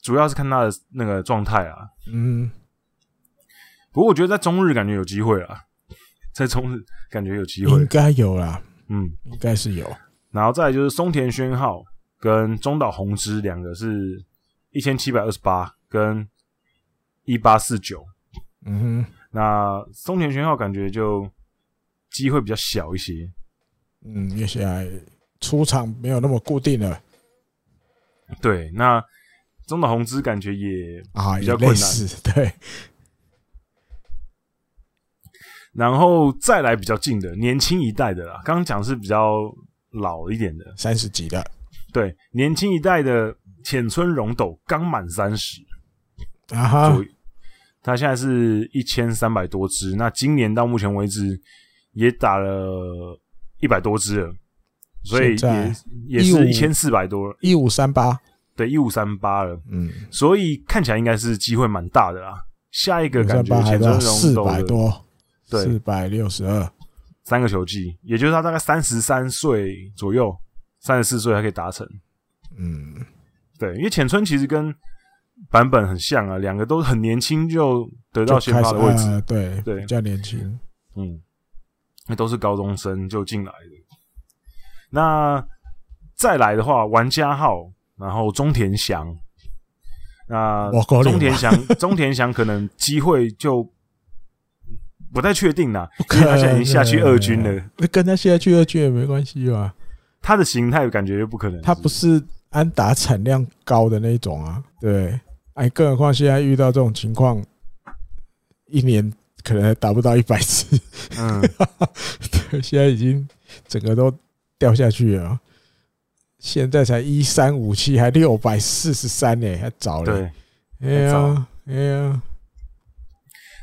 主要是看他的那个状态啊。嗯，不过我觉得在中日感觉有机会啊， 在中日感觉有机应会，该有啦，嗯。应该是有，然后再来就是松田宣浩跟中岛宏之两个是一千七百二十八跟一八四九，嗯哼，那松田宣浩感觉就机会比较小一些，嗯，接下来出场没有那么固定了对，那中岛宏之感觉也啊，也比较困类难似，对，然后再来比较近的年轻一代的啦，刚刚讲是比较老一点的，三十几的，对，年轻一代的浅村荣斗刚满三十啊左哈，右，他现在是一千三百多只，那今年到目前为止也打了一百多只了，所以现在也也是一千四百多了，一五三八，对，一五三八了，嗯，所以看起来应该是机会蛮大的啦。下一个感三觉八还浅到村四荣斗百的多，对四百六十二，三个球季，也就是他大概三十三岁左右，三十四岁才可以达成。嗯，对，因为浅村其实跟版本很像啊，两个都很年轻就得就到先开发始的位置，呃对对比较年轻，嗯，那都是高中生就进来的。那再来的话，玩家号，然后中田翔，那我够了中田翔， 中田翔可能机会就不太确定啦，因为他现在已经下去二军了，那啊跟他现在去二军也没关系吧？他的形态感觉就不可能，他不是安打产量高的那种啊，对，哎，更何况现在遇到这种情况，一年可能还达不到一百次， 嗯。对，现在已经整个都掉下去了啊。现在才一三五七，还六百四十三呢，还早嘞。对，哎呀，哎呀，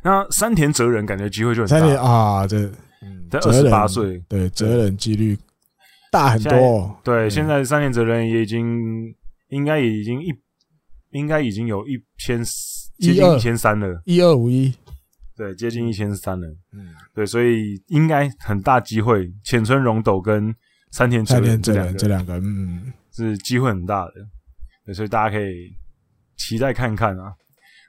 那山田哲人感觉机会就很三年大，啊，这嗯，在哲二十人八岁。对，责任几率大很多哦。对，嗯现在山田哲人也已经应该也已经一应该已经有一千接近12一千三了，一二五一，对，接近一千三了。嗯，对，所以应该很大机会，浅村荣斗跟山田哲三人年这这两两这个两个，嗯，是机会很大的，对，所以大家可以期待看看啊。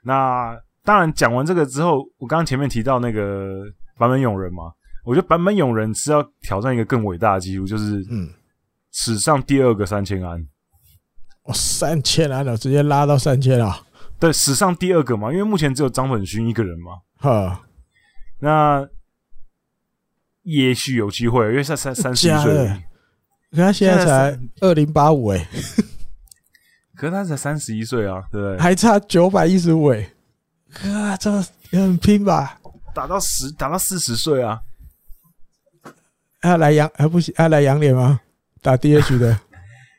那当然讲完这个之后，我刚刚前面提到那个坂本勇人嘛，我觉得坂本勇人是要挑战一个更伟大的记录，就是嗯，史上第二个三千安。哦，三千安了，直接拉到三千啊了，对，史上第二个嘛，因为目前只有张本勋一个人嘛，呵，那也许有机会，因为才三三十一假岁的而已，可他现在现在才二零八五哎，可是他才三十一岁啊，对不对？还差九百一十五哎，啊，这也很拼吧？打到十，打到四十岁啊，他来洋还不行，他来洋脸吗？打 DH 的，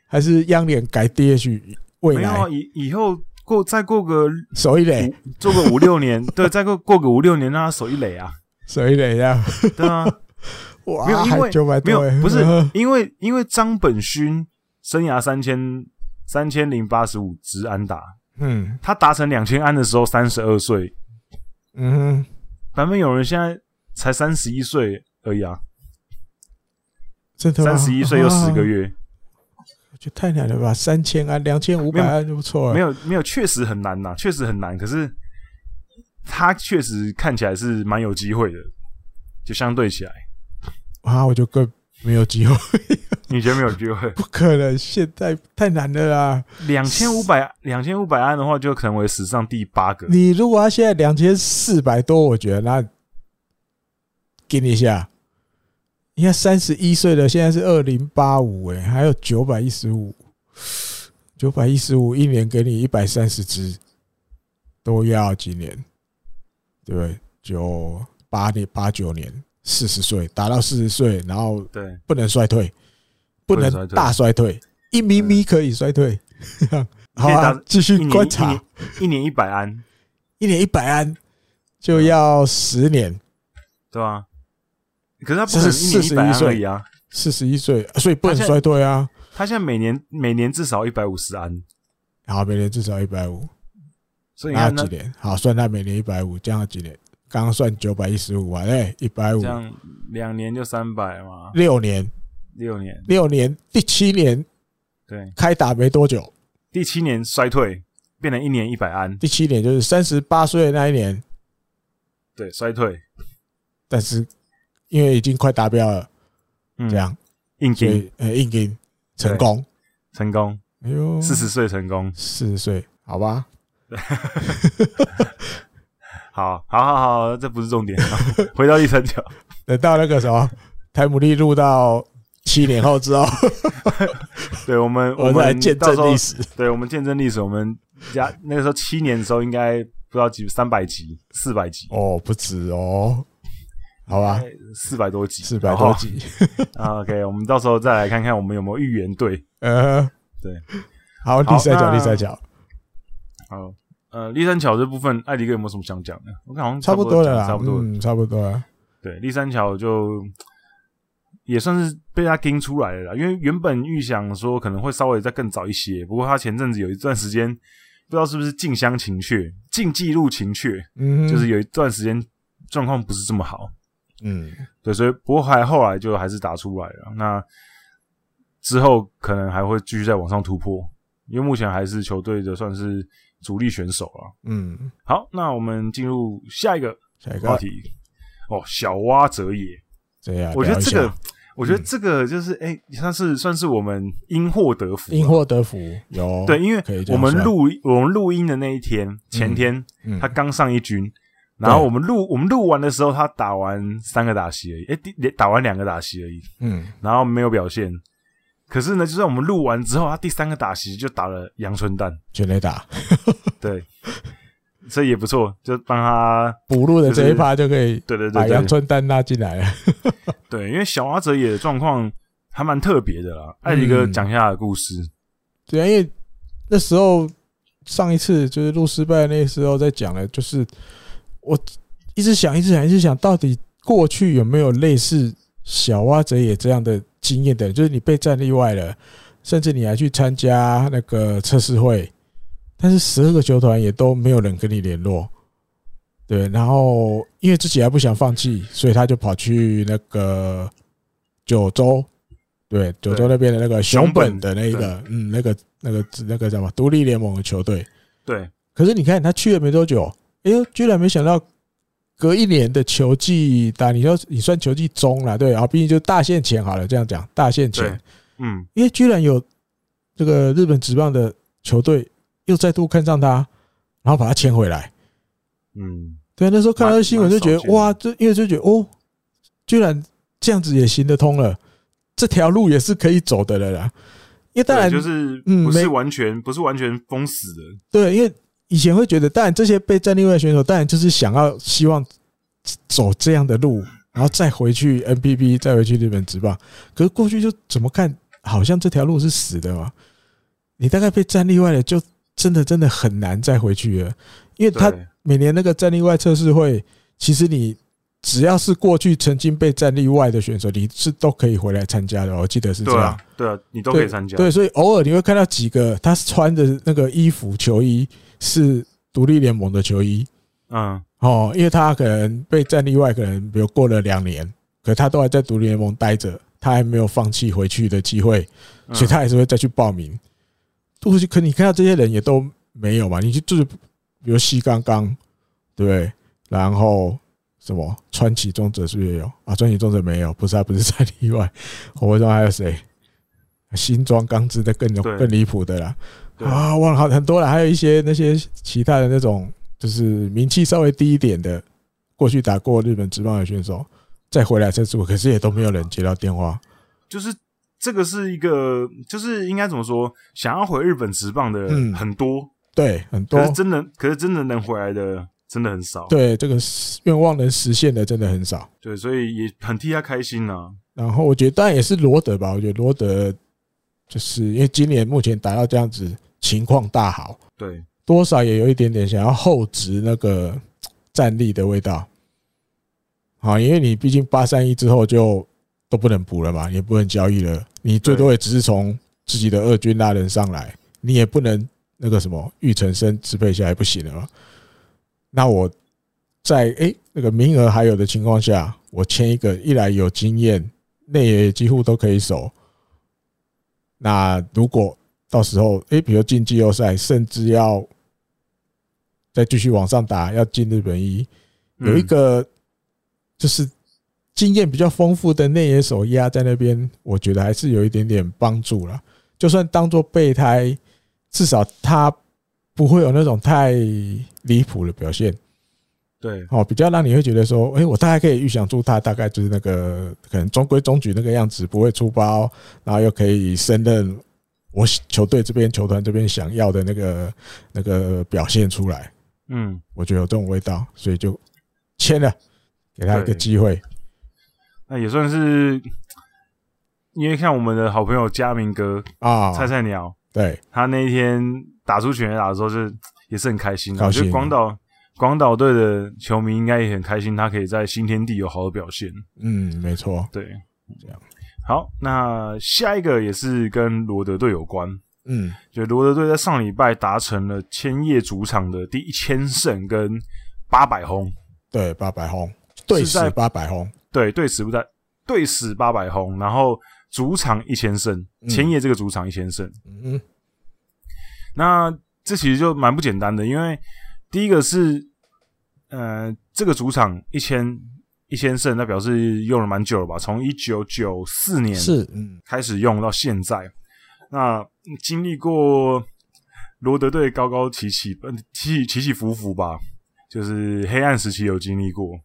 还是央脸改 DH？未没有啊来以以后过再过个手一垒，做个五六年， 对，再过过个五六年，让他手一垒啊，手一垒这样，对啊， 没有哇，因为还九百没多有欸，不是呵呵因为因为张本勋生涯三千三千零八十五支安打，嗯他达成两千安的时候三十二岁，嗯哼。版本有人现在才三十一岁而已啊，真的吗？三十一岁又十个啊，月，我觉得太难了吧？三千安，两千五百安就不错了。没有没有，确实很难呐、确实很难。可是他确实看起来是蛮有机会的，就相对起来，啊，我就更没有机会， 你觉得没有机会？不可能，现在太难了啦。 两千五百两千五百安的话，就成为史上第八个。你如果他现在两千四百多，我觉得那给你一下。你看三十一岁的现在是二零八五，哎，还有九百一十五，九百一十五一年给你一百三十只，都要几年？对不对？九八年八九年，四十岁达到四十岁，然后对，不能衰退，不能能大衰退，一咪咪可以衰退。 好可以啊达，继续一年观一察年，一年一百安，一年一百安就要十年，对吧、啊可是他不可这能一是年一百41安岁而已啊！四十一岁，呃所以不能他现在衰退啊。他现在每年每年至少一百五十安，好，每年至少一百五，所以你那看要那几年？好，算他每年一百五，这样要几年？刚刚算九百一十五啊，哎，一百五这，样两年就三百嘛，六年，六年六年，第七年对，开打没多久，第七年衰退变成一年一百安，第七年就是三十八岁那一年，对，衰退，但是因为已经快达标了，嗯，这样，硬所顶以呃，硬硬成功。成功，哎呦，四十岁成功，四十岁，好 吧，好，好，好，好，这不是重点， 回到一三角，等到那个什么台姆利录到七年后 之后，对我们，我们来们见到时证候历，史。对我们见证历史，我们加那个时候七年的时候，应该不知道几三百集、四百集，哎哦，不止哦，好吧，四百多集，四百多好集，啊，OK，我们到时候再来看看我们有没有预言对。呃，对，好，第三角，那第三角，好，呃，立山桥这部分，艾迪哥有没有什么想讲的？我看好像差不不多了讲啦，差不多了。嗯，差不多了，对，立山桥就也算是被他盯出来了啦，因为原本预想说可能会稍微再更早一些，不过他前阵子有一段时间不知道是不是近乡情怯、近记录情怯，嗯，就是，有一段时间状况不是这么好。嗯，对，所以不过还后来就还是打出来了。那之后可能还会继续再往上突破，因为目前还是球队的算是主力选手了。嗯，好，那我们进入下一个下一话个，题。哦，小蛙哲也，这样，啊我觉得这聊一个下，我嗯觉得这个就是哎、算是算是我们因祸得福啊。啊因祸得福，有，对，因为可以这我样们说，录我们录音的那一天，前天、嗯他刚上一军，然后我们录我们录完的时候，他打完三个打席而已，哎、第打完两个打席而已，嗯，然后没有表现。可是呢，就在我们录完之后，他第三个打席就打了阳春蛋，全垒打， 对，所以也不错，就帮他，补录的就是这一趴就可以对对把对阳对春丹拉进来了，对，因为小阿哲也状况还蛮特别的啦。艾迪哥嗯讲一下他的故事，对啊，因为那时候上一次就是录失败的那时候在讲的，就是我一直想，一直想，一直想，到底过去有没有类似小蛙贼也这样的经验的人？就是你被战例外了，甚至你还去参加那个测试会，但是十二个球团也都没有人跟你联络。对，然后因为自己还不想放弃，所以他就跑去那个九州，对，九州那边的那个熊本的那一熊个，嗯，那个那个那个叫什么独立联盟的球队。对可是你看他去了没多久，哎呦，居然没想到隔一年的球季打，你说你算球季中了，对啊，毕竟就大限前好了，这样讲大限前对，，嗯，因为居然有这个日本职棒的球队又再度看上他，然后把他签回来。嗯，对，那时候看到蛮新闻就觉得蛮少见的哇，这因为就觉得哦，居然这样子也行得通了，这条路也是可以走的了啦。因为当然对就是嗯不没是完全、不是完全封死的，对，因为以前会觉得，当然这些被战力外的选手，当然就是想要希望走这样的路，然后再回去 NPB，再回去日本职棒。可是过去就怎么看，好像这条路是死的嘛。你大概被战力外了，就真的真的很难再回去了，因为他对每年那个战力外测试会，其实你只要是过去曾经被战力外的选手，你是都可以回来参加的哦。我记得是这对样啊。，对啊，你都对可以参加，对，所以偶尔你会看到几个他穿的那个衣服球衣是独立联盟的球衣嗯，哦，因为他可能被战例外，可能比如过了两年，可他都还在独立联盟待着，他还没有放弃回去的机会，嗯所以他还是会再去报名。或许可你看到这些人也都没有嘛，你就就是比如西刚刚对不对，然后什么川崎宗则是不是也有啊？川崎宗则没有，不是他不是在例外。我不知道还有谁，新庄刚之的更有对更离谱的啦。对啊，忘了好很多了，还有一些那些其他的那种，就是名气稍微低一点的，过去打过日本职棒的选手，再回来这次，可是也都没有人接到电话。就是这个是一个，就是应该怎么说？想要回日本职棒的嗯很多，对，很多可是真的，可是真的能回来的真的很少。对这个实愿望能实现的真的很少。对，所以也很替他开心呐、啊然后我觉得当然也是罗德吧，我觉得罗德就是因为今年目前达到这样子情况大好，对，多少也有一点点想要厚植那个嘖战力的味道。好，因为你毕竟八三一之后就都不能补了嘛，也不能交易了，你最多也只是从自己的二军拉人上来，你也不能那个什么玉成生支配下来不行了嘛。那我在诶、那个名额还有的情况下，我签一个一来有经验，内野也几乎都可以守。那如果到时候诶、比如进季后赛，甚至要再继续往上打，要进日本一，有一嗯个就是经验比较丰富的内野手压在那边，我觉得还是有一点点帮助啦。就算当做备胎，至少他不会有那种太离谱的表现。嗯对哦，比较让你会觉得说，诶，我大概可以预想出他大概就是那个可能中规中矩那个样子，不会出包，然后又可以胜任我球队这边、球团这边想要的那个那个表现出来。嗯，我觉得有这种味道，所以就签了，给他一个对机会。那也算是，因为看我们的好朋友佳明哥、啊，菜菜鸟，对，他那一天打出全垒打的时候是，也是很开心的。高我兴觉得广岛广岛队的球迷应该也很开心，他可以在新天地有好的表现。嗯，没错，对，这样。好，那下一个也是跟罗德队有关。嗯，就罗德队在上礼拜达成了千叶主场的第一千胜跟八百轰，对，八百轰，对是在死八百轰，对，对死不在对死八百轰，然后主场一千胜，嗯千叶这个主场一千胜，嗯，那这其实就蛮不简单的，因为第一个是，呃，这个主场一千一千胜，那表示用了蛮久了吧？从一九九四年是，嗯，开始用到现在，那经历过罗德队高高起起，呃起起起伏伏吧，就是黑暗时期有经历过，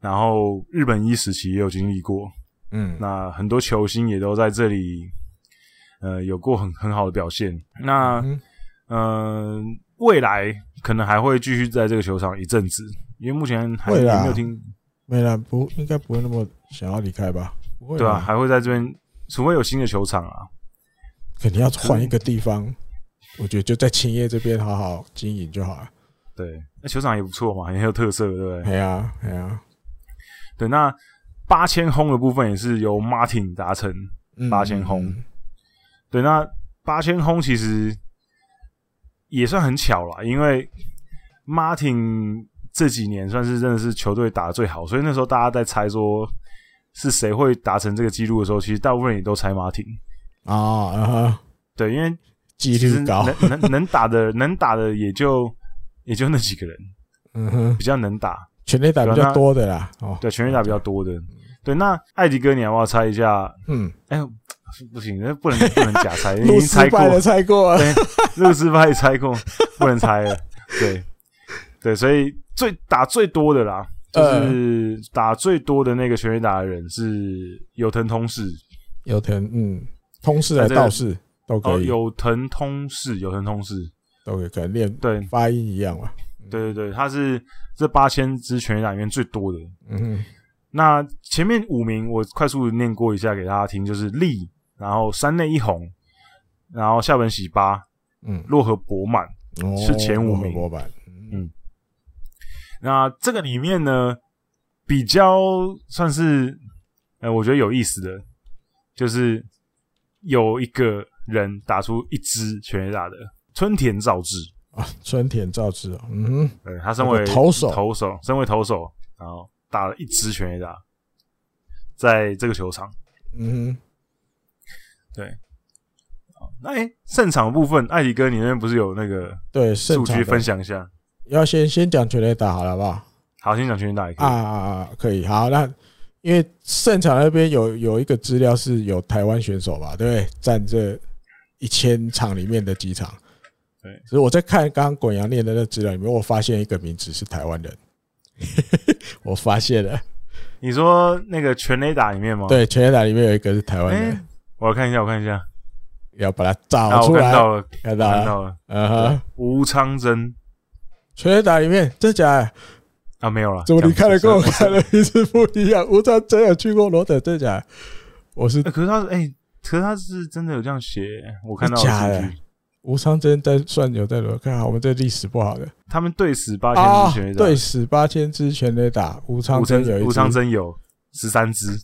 然后日本一时期也有经历过，嗯，那很多球星也都在这里，呃，有过很很好的表现。那嗯呃，未来可能还会继续在这个球场一阵子，因为目前还会啦也没有听，没了，不应该不会那么想要离开吧？不会对啊，吧，还会在这边，除非有新的球场啊。肯定要换一个地方，我觉得就在青叶这边好好经营就好了。对，那球场也不错嘛，很有特色，对不对？哎呀，哎呀，对，那八千轰的部分也是由 Martin 达成。嗯八千轰，对，那八千轰其实也算很巧啦，因为 Martin 这几年算是真的是球队打的最好，所以那时候大家在猜说是谁会达成这个记录的时候，其实大部分人也都猜 Martin。啊啊哈，对，因为几其实率高，能能能打的能打的也就也就那几个人嗯哼，比较能打，全垒打比较多的啦，哦，啊对，全垒打比较多的。对，那艾迪哥，你要不要猜一下？嗯，哎、不行，那不能不能假猜，已路 经失猜过败了了，。猜过了，露丝派猜过，不能猜了。对对，所以最打最多的啦，呃就是打最多的那个全垒打的人是有藤通士，有藤，嗯，通事还在这道士都哦，可以，有藤通士，有藤通士，都可以，可能练对发音一样嘛，对对对，他是这八千支全垒打里面最多的。嗯哼，那前面五名我快速念过一下给大家听，就是利，然后山内一红，然后下本喜八，嗯。洛河博满。哦是前五名模板，嗯那这个里面呢，比较算是，呃，我觉得有意思的，就是有一个人打出一支全垒打的春田照志，啊，春田照之哦，嗯哼，对他身为那个投手投手身为投手，然后打了一支全垒打，在这个球场。嗯那哎、诶胜场的部分，艾迪哥，你那边不是有那个哼，对，数胜场据的分享一下？要先先讲全垒打好了，好不好？好，先讲全垒打也可啊以。啊啊，可以。好，那因为胜场那边有有一个资料是有台湾选手吧，对不对？占这一千场里面的几场。对只是我在看刚刚滚羊念的那资料里面，我发现一个名字是台湾人， 我发现了。你说那个全垒打里面吗？，对，全垒打里面有一个是台湾哦哎、人，我看一下，我看一下，要把它啊，找我出来看。到了，看到看了，到了，嗯哼，吴昌真全垒打里面，真假的？啊，没有了，怎么你讲看的错跟我是看的名字不一样？吴昌真有去过罗德，真假的？我是呃 可是他是哎、可是他是真的有这样写，我看到真假的了数据吴昌真在算有在罗，看好我们这历史不好的他们对死八千啊支全垒，打，对，死八千支全垒打，吴昌吴真有一昌支吴昌，真有十三支，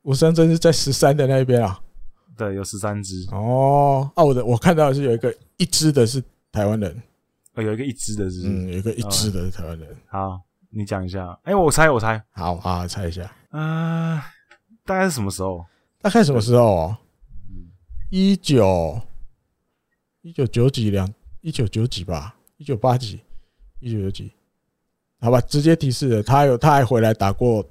吴昌真是在十三的那一边啊。对，有十三支，哦，啊，我的我看到的是有一个一支的是台湾人，呃，有一个一支的是不是，嗯，有一个一支的是台湾人。好，你讲一下，哎、我猜，我猜，好啊，猜一下，呃，大概是什么时候？大概什么时候哦嗯？一九一九九几两一九九几吧，一九八几，一九九几，好吧，直接提示了，他有他还回来打过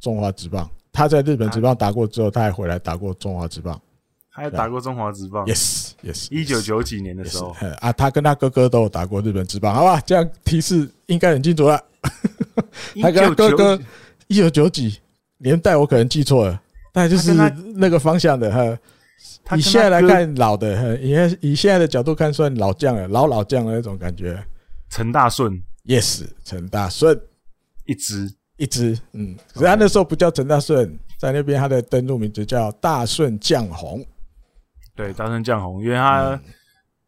中华职棒，他在日本职棒打过之后，他还回来打过中华职棒他有打过中华职棒，啊，yes yes，哦一九九几年的时候， yes，啊，他跟他哥哥都有打过日本职棒，好吧，这样提示应该很清楚了，他跟他哥哥1990一九九几年代我可能记错了，但就是他跟那个方向的哈。他以跟现在来他哥看老的， 哼以现以现在的角度看，算老将了，老老将的那种感觉。陈大顺 Yes，陈大顺一支，一支，嗯，可是他那时候不叫陈大顺，在那边他的登录名字叫大顺将红。对，大顺降红，因为嗯他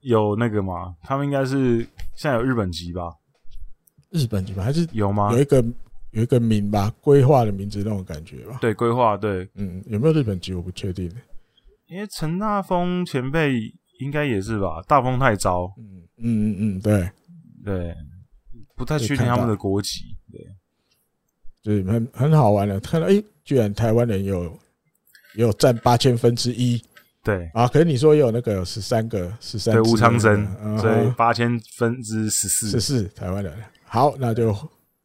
有那个嘛，他们应该是现在有日本籍吧？日本籍吧，还是有吗有？一个有一个名吧，规划的名字那种感觉吧。对，规划对，嗯，有没有日本籍我不确定。因为陈大峰前辈应该也是吧？大风太招，嗯嗯嗯嗯，对，对，不太确定他们的国籍，对，就是很很好玩的，看到诶，居然台湾人有也有占八千分之一对。啊！可是你说也有那个十三个嗯啊十三对吴昌生，所以对。八千分之十四十，四台湾人。好，那就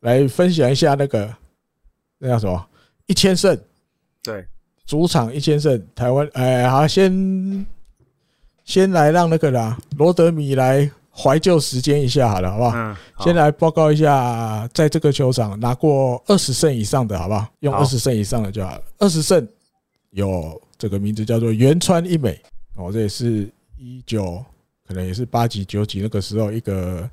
来分享一下那个那叫什么一千胜，对，主场一千胜，台湾哎，好，先先来让那个啦，罗德米来怀旧时间一下好了，好不好？嗯，好先来报告一下，在这个球场拿过二十胜以上的，好不好？用好二十胜以上的就好了。二十胜有这个名字叫做原川一美哦，这也是一九，可能也是八几九几那个时候一个，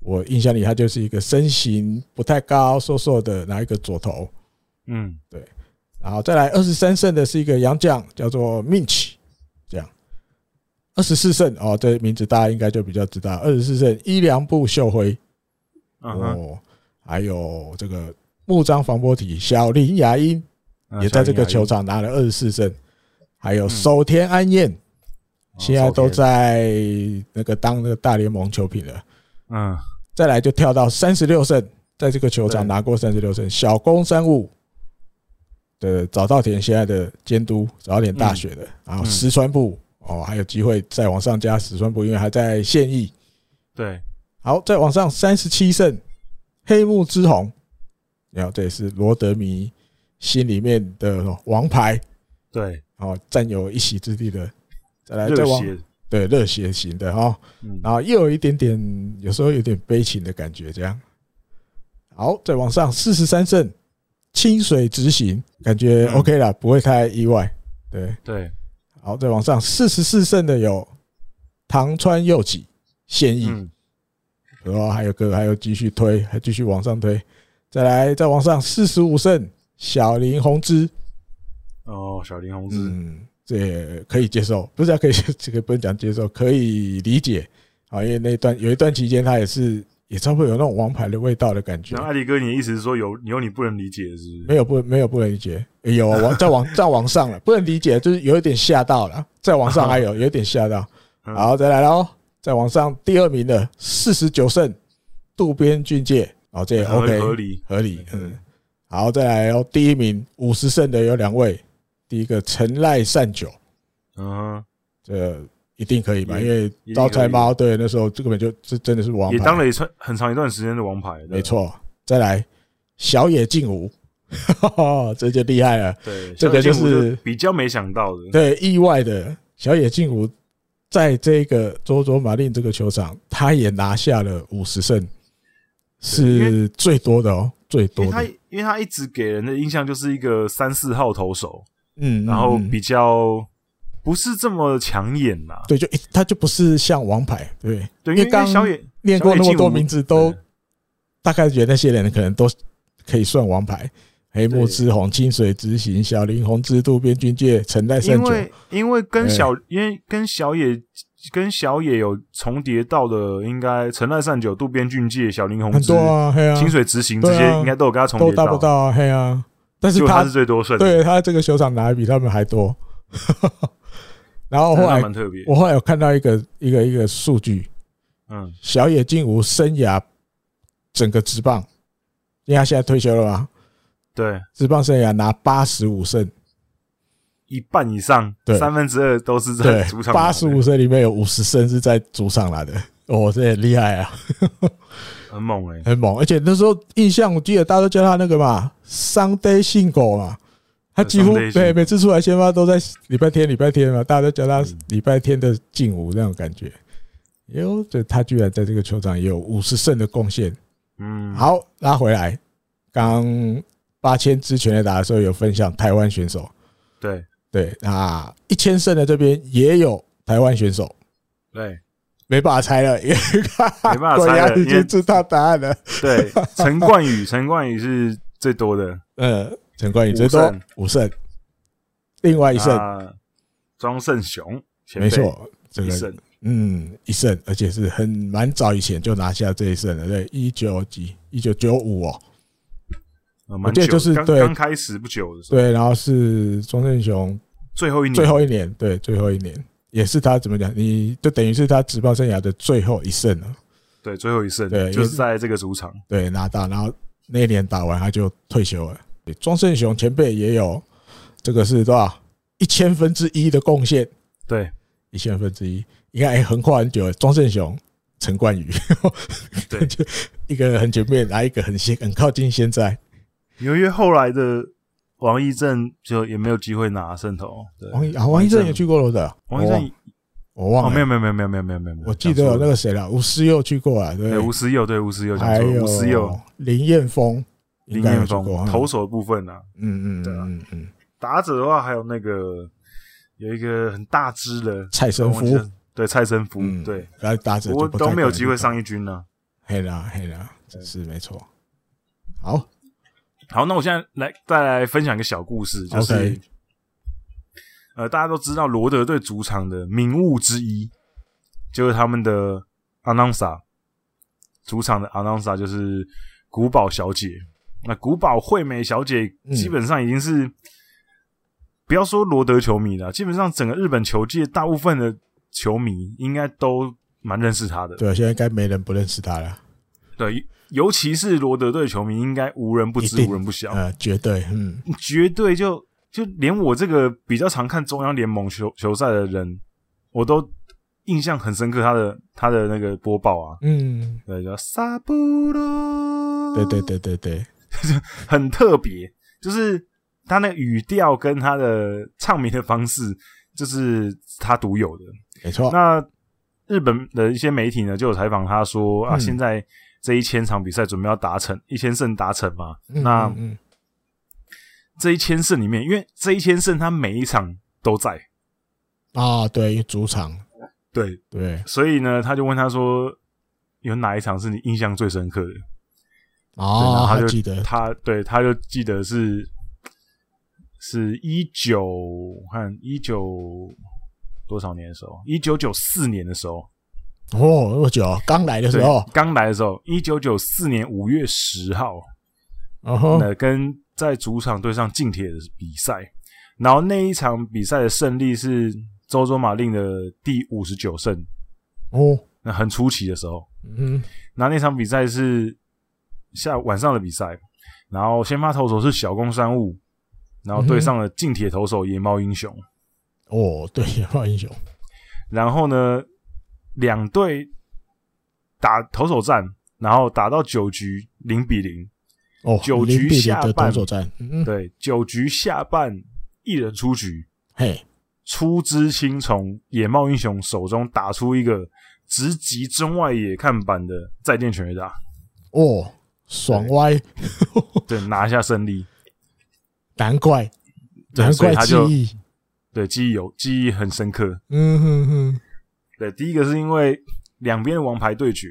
我印象里他就是一个身形不太高、瘦瘦的，拿一个左投，嗯，然后再来二十三胜的是一个洋将，叫做 Minch，这样。二十四胜哦，这名字大家应该就比较知道。二十四胜伊良部秀辉，嗯哼哦，还有这个木章防波体小林雅音嗯也在这个小球林场拿了二十四胜，还有嗯哦守田安彦，雅一现在都，哦在那个当那个大联盟球评了。昨天嗯，再来就跳到三十六胜，在这个球场对拿过三十六胜，小宫三五的早稻田现在的监督，早稻田大学的，然后嗯石川部哦，还有机会再往上加石川部，因为还在现役。对，好，再往上三十七胜，黑幕之红，然后这也是罗德迷心里面的王牌，对，哦，占有一席之地的。再来，再热往血，对热血型的哈、哦，嗯，然后又有一点点，有时候有点悲情的感觉，这样。好，再往上四十三胜，清水直行，感觉嗯 OK 啦，不会太意外。对，对，好，再往上四十四胜的有唐川佑己、现役，嗯，然后还有个还有继续推，还继续往上推，再来再往上四十五胜，小林宏之，哦，小林宏志，嗯，这也可以接受，不是、啊、可以 这个不能讲接受，可以理解啊，因为那段有一段期间他也是也差不多有那种王牌的味道的感觉然，后艾迪哥，你的意思是说有有你不能理解的是不没是？有不没有不能理解，有啊往再往 再往上了，不能理解就是有一点吓到了，再往 上还有有一点吓到，嗯好再来喽，再往上第二名的四十九胜渡边俊介，哦这也合 OK 合理，合理，嗯嗯，好，再来哦，第一名五十胜的有两位，第一个陈赖善久，嗯这一定可以吧？也因为定招财猫对那时候这个本就这真的是王哼，牌，也当了一串很长一段时间的王牌，对没，错。再来小野静吾， 这就厉害了。对，这个小野就健吾是比较没想到的。对，意外的小野静吾在这个佐佐马令这个球场，他也拿下了五十胜，因是最多的哦，最因多为他的。因为他一直给人的印象就是一个三四号投手，嗯，然后嗯嗯比较不是这么抢眼呐、对，就一他就不是像王牌，对，对，因为因为刚小野念过那么多名字，都对大概觉得那些人可能都可以算王牌。黑木之红、清水之行、小林红之渡边军介、陈代胜因久，哎为因为跟小、因为跟小野跟小野有重叠到的，应该陈濑善久、渡边俊介、小林宏很之、多啊，嘿啊，清水直行这对啊些，应该都有跟他重都叠达不到啊，嘿啊。但是结果他他是最多胜的，对他这个球场拿的比他们还多。 然后后那来蛮特别。我后来有看到一个一个一个数据，嗯，小野静吾生涯整个职棒，因为他现在退休了嘛，对，职棒生涯拿八十五胜，一半以上，对三分之二都是在 对主，场拿的。八十五胜里面有五十胜是在主场拿的， 哦，这也厉害啊，很猛哎、很猛。而且那时候印象，我记得大家都叫他那个嘛，Sunday 信狗嘛，他几乎 Sunday 信对每次出来先发都在礼拜天，礼拜天嘛，大家都叫他礼拜天的劲舞那种感觉。哟，这他居然在这个球场也有五十胜的贡献。嗯，好，拉回来，刚八千之前的打的时候有分享台湾选手，对对，那一千胜的这边也有台湾选手。对没办法猜了，因为没办法猜了果然已因为经知道答案了。对，陈冠宇，陈冠宇是最多的， 呃，陈冠宇最多五五胜胜，另外一胜，那庄胜雄，前辈没，错，这一个胜，嗯一胜，而且是很蛮早以前就拿下这一胜了，对，一九几一九九五哦，呃蛮我记得久就的，是刚对刚开始不久的时候，对，然后是庄胜雄最后一年，最后一年，对，最后一年也是他怎么讲，你就等于是他职棒生涯的最后一胜了，对最后一胜，对就也是是在这个主场，对，拿到，然后那一年打完他就退休了。对庄胜雄前辈也有这个是多少一千分之一的贡献，对一千分之一，你看哎，横跨很久了，庄胜雄、陈冠宇，对 就一个很前面，然后一个很先很靠近现在。由于后来的王义正就也没有机会拿胜投，对王一啊，王一正也，去过罗德，王义正我哦，忘没了，有没有没有没有没有没有没有，我记得有那个谁了，吴思佑去过啊，对对，吴思佑，对吴思佑，讲还错了，吴思有佑、林彦峰，应林彦峰该有去过嗯投，手的部分呢，嗯嗯嗯对啊嗯嗯，打者的话还有那个有一个很大只的蔡神我忘记福，了对蔡生福嗯，对，然后打者不过就不太都没有可能机会遇到上一军呢。黑啦黑啦，这是没错。好好，那我现在来再来分享一个小故事，就是，OK，呃，大家都知道罗德队主场的名物之一就是他们的 announcer，主场的 announcer 就是古堡小姐。那古堡惠美小姐嗯基本上已经是、不要说罗德球迷了，基本上整个日本球界大部分的球迷应该都蛮认识她的。对，现在应该没人不认识他了，对，尤其是罗德队球迷，应该无人不一知，定无人不晓。呃，绝对，嗯，绝对就就连我这个比较常看中央联盟球球赛的人，我都印象很深刻他的他的那个播报啊，嗯，对，叫萨布罗，对对，对对对，很特别，就是他那个语调跟他的唱名的方式，就是他独有的。没错，那日本的一些媒体呢，就有采访他说啊，嗯现在这一千场比赛准备要达成一千胜达成嘛，嗯那嗯嗯这一千胜里面，因为这一千胜他每一场都在，啊，对，因为主场，对，对所以呢，他就问他说：“有哪一场是你印象最深刻的？”对然啊，后他还就记得，他对他就记得是是一九我看一九多少年的时候，一九九四年的时候，哦，那么久，刚来的时候对，刚来的时候，一九九四年五月十号，哦吼，那跟在主场对上近铁的比赛，然后那一场比赛的胜利是周周马令的第五十九胜，哦，那很出奇的时候。嗯，然后那场比赛是下晚上的比赛，然后先发投手是小宫山悟，然后对上了近铁投手野猫英雄。哦，对，野猫英雄，然后呢，两队打投手战，然后打到九局零比零，哦，九零局比零下的半独走战，嗯，对，九局下半一人出局，嘿，出之青从野茂英雄手中打出一个直击中外野看板的再见全垒打，哦，爽歪，对，拿下胜利。难怪，对难所怪以他记就忆，对，记忆有记忆很深刻。嗯哼哼对，第一个是因为两边的王牌对决，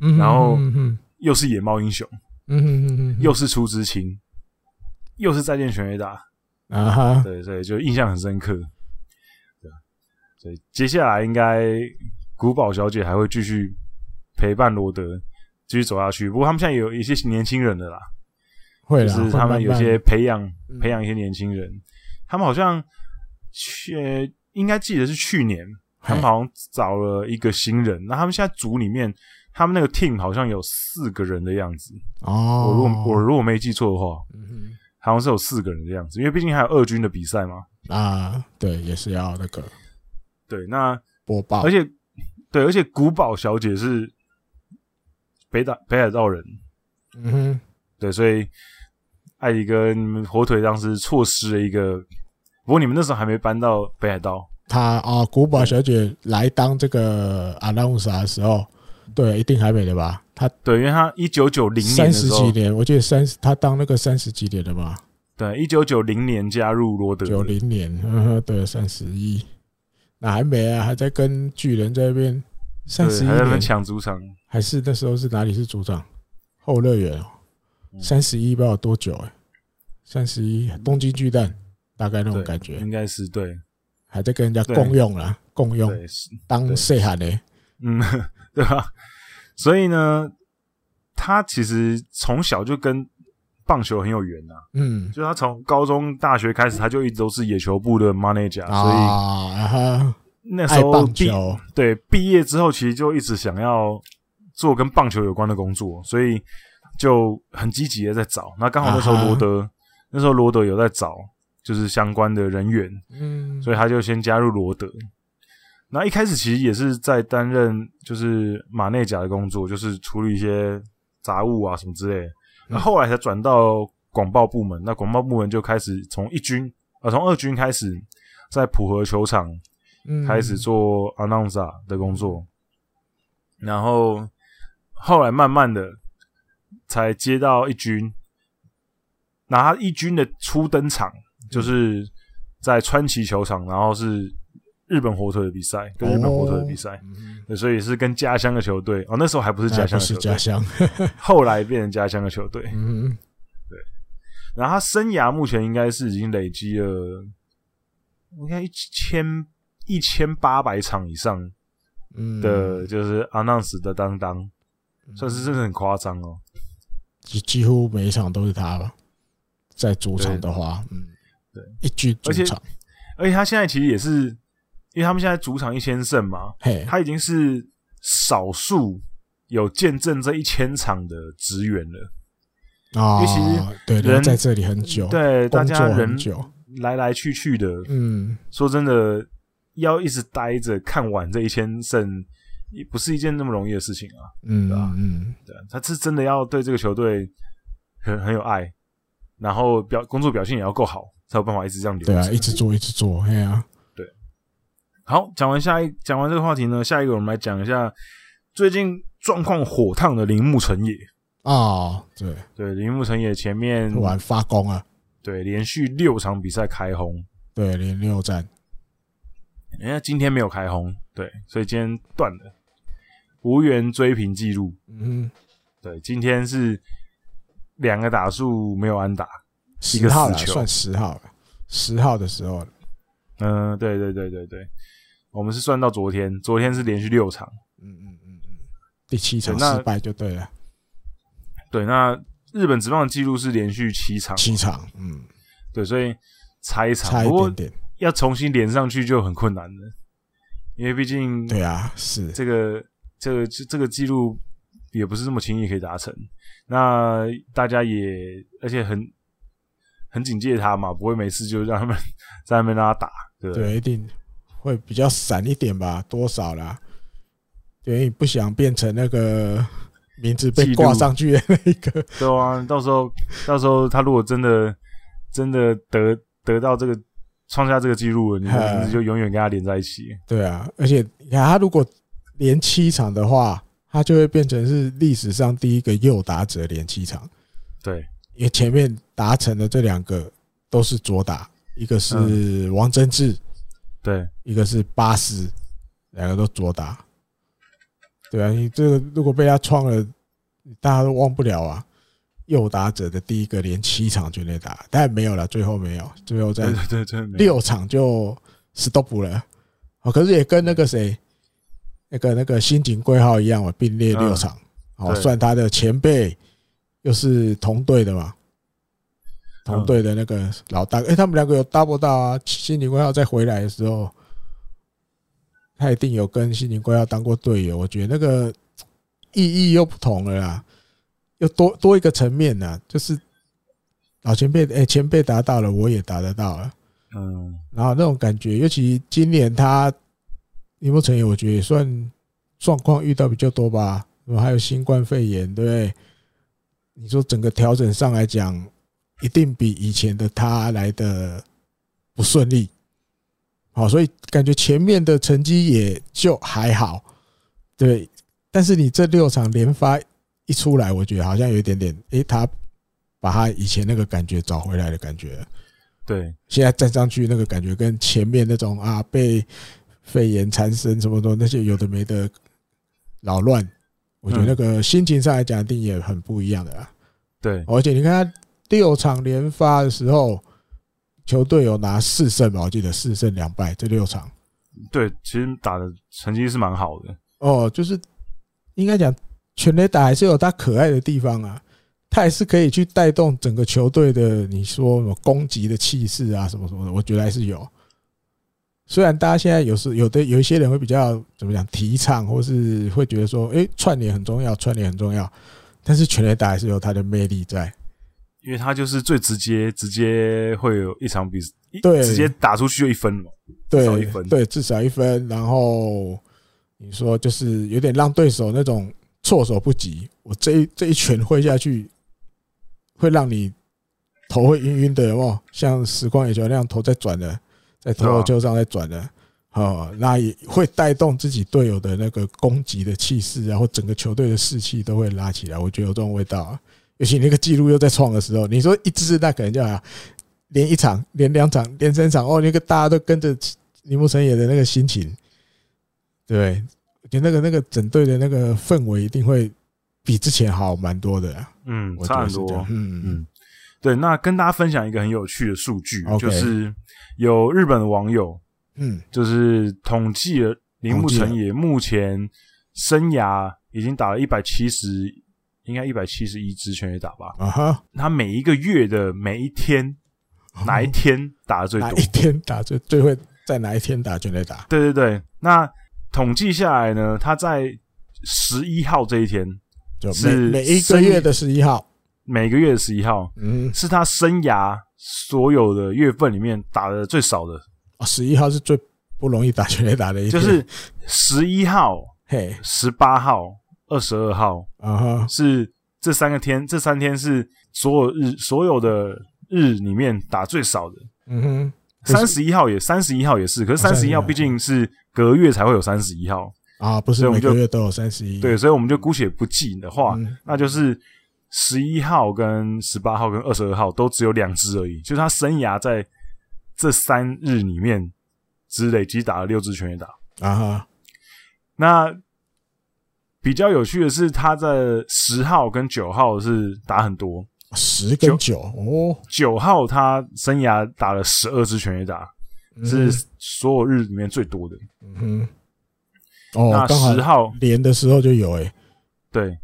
嗯哼，然后嗯哼又是野猫英雄，嗯哼嗯哼，又是出之青，又是再见全垒打，啊哈，对所以就印象很深刻。对，啊所以接下来应该古堡小姐还会继续陪伴罗德继续走下去。不过他们现在也有一些年轻人的啦，会就啦，是啊会他们慢有慢些培养嗯培养一些年轻人，他们好像去呃应该记得是去年，他们嘿好像找了一个新人，那他们现在组里面，他们那个 team 好像有四个人的样子。哦，我如果我如果没记错的话，嗯好像是有四个人的样子，因为毕竟还有二军的比赛嘛。哼啊，对，也是要那个对，那播报，而且对，而且古堡小姐是北岛北海道人，嗯哼，对，所以艾迪哥你们火腿当时错失了一个，不过你们那时候还没搬到北海道，他啊，古堡小姐来当这个阿拉姆萨的时候，对，一定还没的吧？她对，因为他一九九零年三的十时几候，年，我记得三十，她当那个三十几年的吧？对，一九九零年加入罗德的，九零年，呵呵，对，三十一，那还没啊，还在跟巨人在那边对，三十一还在那边年，抢主场，还是那时候是哪里是组长？后乐园哦，嗯三十一不知道多久哎、三十一东京巨蛋，大概那种对感觉，应该是对，还在跟人家对共用啦，共用对，是当对细汉的，嗯， 对吧？所以呢，他其实从小就跟棒球很有缘啊，嗯就他从高中、大学开始，他就一直都是野球部的 manager，、所啊，然后以那时爱候棒毕球，对毕业之后，其实就一直想要做跟棒球有关的工作，所以就很积极的在找。那刚好那时候啊哈罗德、那时候罗德有在找，就是相关的人员，嗯，所以他就先加入罗德。那一开始其实也是在担任就是马内甲的工作，就是处理一些杂物啊什么之类的。那后来才转到广报部门，那广报部门就开始从一军呃从二军开始，在浦和球场嗯开始做 announcer 的工作，然后后来慢慢的才接到一军，那他一军的初登场就是在川崎球场，然后是日本火腿的比赛，哦跟日本火腿的比赛，嗯对所以是跟家乡的球队哦，那时候还不是家那乡哎不的球是队，家乡，后来变成家乡的球队。嗯，然后他生涯目前应该是已经累积了，应该一千一千八百场以上嗯的，就是 announce 的当当，算是真的很夸张哦。几几乎每一场都是他吧，在主场对的话，嗯，对，一军主而且场，而且他现在其实也是，因为他们现在主场一千胜嘛，嘿，他已经是少数有见证这一千场的职员了。啊尤其，对，人人在这里很久，，对，大哦工家作人很久，来来去去的，嗯，说真的，要一直待着看完这一千胜，也不是一件那么容易的事情啊。嗯对啊嗯，对，他是真的要对这个球队很很有爱，然后表工作表现也要够好，才有办法一直这样留着。对啊，一直做一直做，嘿啊，好，讲完下一讲完这个话题呢，下一个我们来讲一下最近状况火烫的铃木成也。哦，对，对，铃木成也前面突然发功了，对连续六场比赛开红，对，连六战，人家今天没有开红，对，所以今天断了，无缘追平记录。嗯，对，今天是两个打数没有安打。一十个号了，死球算十号了，十号的时候了，嗯、对对对对对，我们是算到昨天，昨天是连续六场。嗯嗯嗯嗯，第七场对那失败就对了，对，那日本职棒的记录是连续七场，七场，嗯，对，所以差一场。差一不过点点，要重新连上去就很困难了，因为毕竟对啊，是，这个这个这这个记录也不是这么轻易可以达成。那大家也而且很很警戒他嘛，不会没事就让他们 在那边让他打，对不对？对，一定会比较散一点吧，多少啦？因为你不想变成那个名字被记录挂上去的那一个， 对啊，到时候到时候他如果真的真的得得到这个创下这个记录了，你的名字就永远跟他连在一起。对啊，而且你看他如果连七场的话，他就会变成是历史上第一个右打者连七场，对，因为前面达成的这两个都是左打，一个嗯是王贞治，对，一个是巴斯，两个都左打。对啊，你这个如果被他创了，大家都忘不了啊。右打者的第一个连七场全垒打，但没有了，最后没有，最后在对对对对，没有六场就 stop 了。哦，可是也跟那个谁，那个那个新井贵浩一样嘛，并列六场。哦，对算他的前辈，又是同队的嘛，同队的那个老大。哎、他们两个有 double 到啊。新井贵浩再回来的时候，他一定有跟新井贵浩当过队友。我觉得那个意义又不同了啦，又多多一个层面啦，就是老前辈，哎、前辈达到了，我也达得到了。嗯，然后那种感觉，尤其今年他林柏成也我觉得也算状况遇到比较多吧，然后还有新冠肺炎，对不对？你说整个调整上来讲，一定比以前的他来的不顺利。好，所以感觉前面的成绩也就还好，对。但是你这六场连发一出来，我觉得好像有一点点，诶，他把他以前那个感觉找回来的感觉了。对现在站上去那个感觉，跟前面那种啊被肺炎缠身什么的那些有的没的扰乱，我觉得嗯那个心情上来讲，一定也很不一样的啦。对，而且你看他六场连发的时候，球队有拿四胜吧，我记得四胜两败这六场对，其实打的成绩是蛮好的。哦，就是应该讲全垒打还是有他可爱的地方啊。他还是可以去带动整个球队的，你说什么攻击的气势啊，什么什么的，我觉得还是有。虽然大家现在有时有的有一些人会比较怎么讲提倡，或是会觉得说，诶，串联很重要，串联很重要，但是全垒打还是有它的魅力在。因为他就是最直接，直接会有一场比一对直接打出去就一分嘛。对，至少一分对，至少一分。然后你说就是有点让对手那种措手不及，我这一这一拳挥下去，会让你头会晕晕的，有没有？像时光野球那样头在转的，在头对啊球球上在转的。哦，那也会带动自己队友的那个攻击的气势啊，然后整个球队的士气都会拉起来。我觉得有这种味道、啊，尤其那个记录又在创的时候，你说一支那可能就好像啊连一场、连两场、连三场，哦，那个大家都跟着铃木成也的那个心情，对，我觉得那个那个整队的那个氛围一定会比之前好蛮多的啊，嗯，我觉差得很是这样嗯多。嗯，嗯，对。那跟大家分享一个很有趣的数据 OK 就是有日本的网友嗯，就是统计了铃木统计了成也目前生涯已经打了一百七十，应该一百七十一支全垒打吧。啊哈，他每一个月的每一天，哪一天打的最多哦哪？一天打最最会在哪一天打全垒打？对对对。那统计下来呢，他在十一号这一天，就是每每一个月的十一号，每个月的十一号嗯，是他生涯所有的月份里面打的最少的，哦十一号是最不容易打全垒打的一就天，是十一号、嘿十八号、二十二号啊哈，是这三个天，这三天是所有日所有的日里面打最少的。嗯哼，可三是十一号也三十一号也是，可是哦三十一31号毕竟是隔月才会有三十一号，啊，不所以是我每们就个月都有三十一，对，所以我们就姑且不计的话，嗯那就是十一号、跟十八号、跟二十二号都只有两支而已，就是他生涯在这三日里面只累积打了六支全垒打。啊哈，那比较有趣的是，他在十号跟九号是打很多，十跟九哦，九号他生涯打了十二支全垒打，嗯是所有日里面最多的。嗯哼，哦那，刚好十号连的时候就有诶、对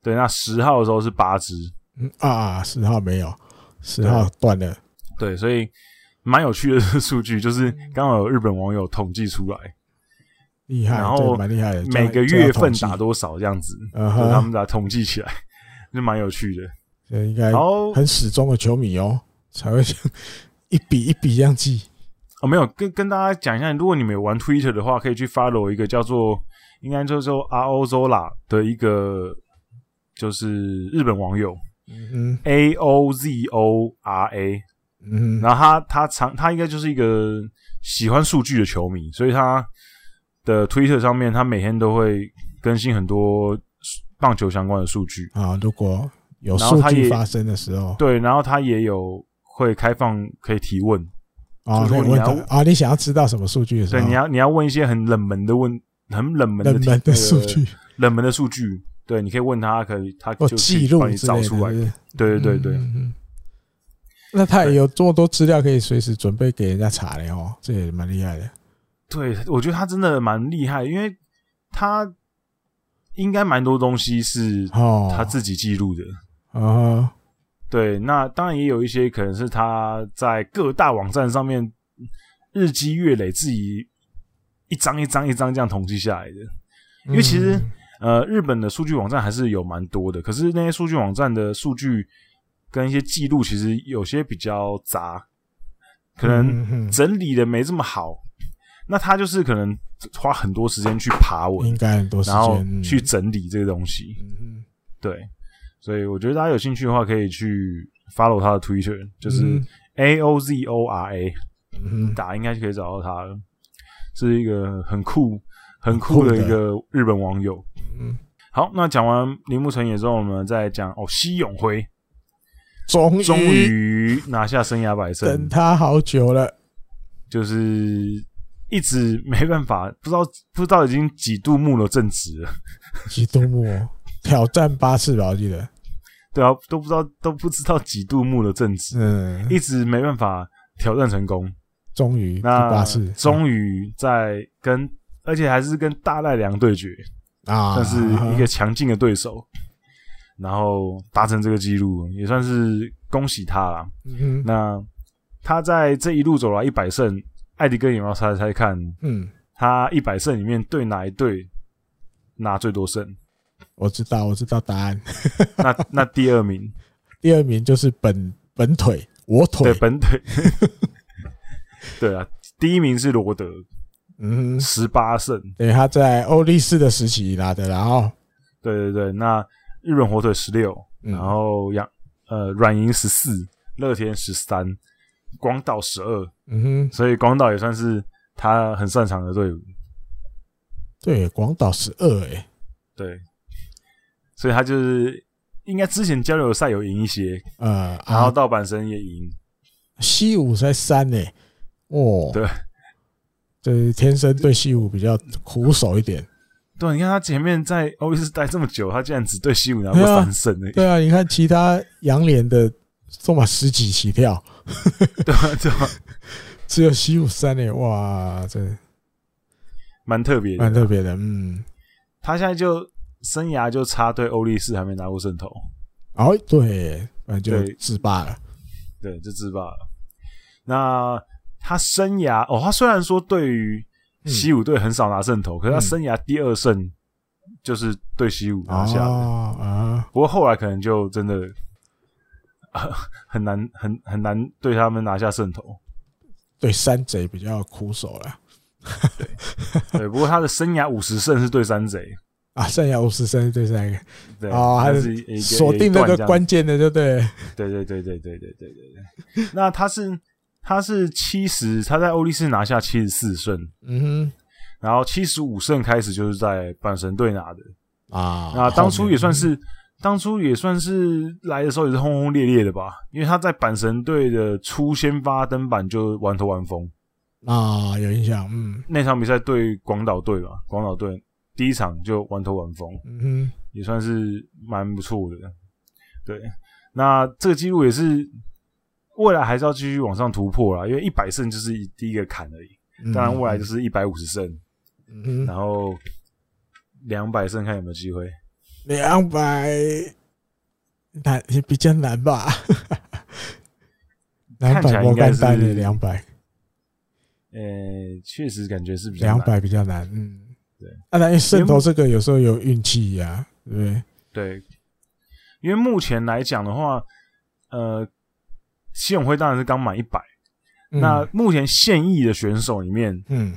对，那十号的时候是八支，嗯啊，十号没有，十号断了，对，所以蛮有趣的数据，就是刚好有日本网友统计出来厉害，然后这蛮厉害的。每个月份打多少这样子，啊就他哈们，把它统计起来， 就蛮有趣的。这应该然后很始终的球迷哦，才会一笔一笔这样记。哦，没有跟跟大家讲一下，如果你们有玩 Twitter 的话，可以去 follow 一个叫做应该叫做 RO Zola 的一个就是日本网友嗯 A O Z O R A，哼，嗯哼，然后他他常他应该就是一个喜欢数据的球迷，所以他的推特上面他每天都会更新很多棒球相关的数据。啊，如果有然后数他据也发生的时候，对，然后他也有会开放可以提问，啊，可就是以如果问你要他啊，你想要知道什么数据的时候，对，你要你要问一些很冷门的问，很冷门的啊冷题门的呃数据冷门的数据，对，你可以问他，可以他或呃就可以记录帮你之类找的，嗯出来对。不对对对对，嗯嗯嗯那他也有这么多资料可以随时准备给人家查的哦，这也蛮厉害的。对，我觉得他真的蛮厉害，因为他应该蛮多东西是哦，他自己记录的。啊对，那当然也有一些可能是他在各大网站上面日积月累自己一张一张一张这样统计下来的。嗯因为其实呃，日本的数据网站还是有蛮多的，可是那些数据网站的数据跟一些记录，其实有些比较杂，可能嗯嗯嗯整理的没这么好。那他就是可能花很多时间去爬文应，该很多时然后间去整理这个东西。嗯嗯对，所以我觉得大家有兴趣的话，可以去 follow 他的 Twitter，就是嗯 A O Z O R A，嗯打应该就可以找到他了。是一个很酷、很酷的一个日本网友。嗯，好，那讲完铃木成也之后，我们再讲哦，西永辉终终于于拿下生涯百等胜，他好久了，就是一直没办法，不知道不知道已经几度木了正直了，吉多莫挑战八次吧，我记得。对啊，都不知道都不知道几度木了正直，嗯，一直没办法挑战成功。终于第那八次，终于在跟，而且还是跟大赖良对决，啊，算是一个强劲的对手，然后达成这个记录，也算是恭喜他啦。嗯哼那他在这一路走来一百胜，艾迪哥也要猜猜看，嗯，他一百胜里面对哪一队拿最 多胜？我知道，我知道答案。那那第二名，第二名就是本本腿，我腿对，本队，对啊，第一名是罗德，嗯哼，十八胜，对，他在欧力士的时期拿的，然后对对对，那日本火腿十六，嗯然后杨呃软银十四，乐天十三，广岛十二，嗯哼，所以广岛也算是他很擅长的队伍。对，广岛十二哎，对，所以他就是应该之前交流赛有赢一些，呃，然后啊，到阪神也赢，西武才三哎，哦，对，这天生对西武比较苦手一点。对，你看他前面在欧力士待这么久，他竟然只对西武拿过三胜欸呢、对啊，你看其他洋联的都嘛十几起跳，对吧？对啊吧？只有西武三哎，哇，这蛮特别的。蛮特别的，嗯。他现在就生涯就插队欧力士还没拿过胜投，哦，对，那就对自霸了。对，这自霸了。那他生涯哦，他虽然说对于嗯西武队很少拿胜投，可是他生涯第二胜就是对西武拿下的。哦啊，不过后来可能就真的、 啊很难很很难对他们拿下胜投。对山贼比较苦手了对，不过他的生涯五十胜是对山贼，啊。剩下五十三对三个，对，哦他他是一个锁定那个，关键的，就对了。一段这样对对对对对对对对对。那他是他是七十，他在欧力士拿下七十四胜，嗯然后七十五胜开始就是在阪神队拿的。哼啊，那当初也算后是，当初也算是来的时候也是轰轰烈烈的吧，因为他在阪神队的初先发登板就玩头玩疯，面啊有印象，嗯那场比赛对广岛队嘛，广岛队第一场就玩头玩疯，嗯也算是蛮不错的。对，那这个记录也是未来还是要继续往上突破啦，因为一百胜就是一第一个坎而已，哼，当然未来就是是一百五十胜，嗯哼然后两百胜看有没有机会。两百难也比较难吧，两看起百来摩应该根是丹的两百呃，确实感觉是比较两难百比较难，嗯对。啊，那因为渗透这个有时候有运气呀，对不对？对，因为目前来讲的话，呃，西永辉当然是刚满一百、嗯那目前现役的选手里面，嗯，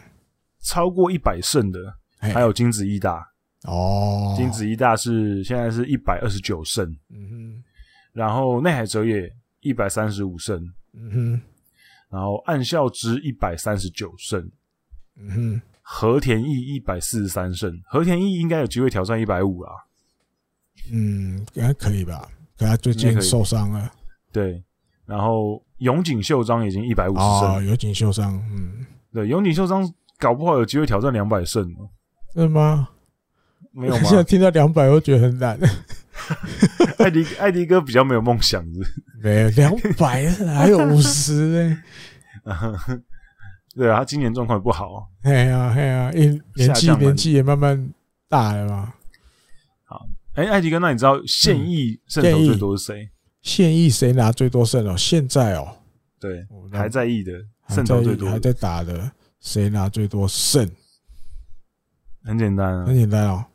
超过一百胜的还还有金子义大，哎哦，金子一大是现在是一百二十九胜，嗯然后内海哲也一百三十五胜，哼，嗯哼，然后岸孝之一百三十九胜，嗯哼，和田义一百四十三胜，和田义应该有机会挑战一百五啦。嗯，应该可以吧？可他最应该近可以受伤了，对，然后永井秀章已经一百五十胜，哦，有井秀伤，嗯，对，永井秀章搞不好有机会挑战两百胜哦，真的吗？没有 现在吗？听到两百，我觉得很难。 艾迪艾迪哥比较没有梦想是不是没有两百，还有五十呢。 对啊，他今年状况也不好。哎呀哎呀，因年纪下降蛮年纪也慢慢大了嘛。哎，艾迪哥，那你知道现役胜投嗯现役最多是谁？现役谁拿最多胜哦？现在哦，对，我还在役的还胜投啊最在多还的，在打的，谁拿最多胜？很简单啊很，简单哦。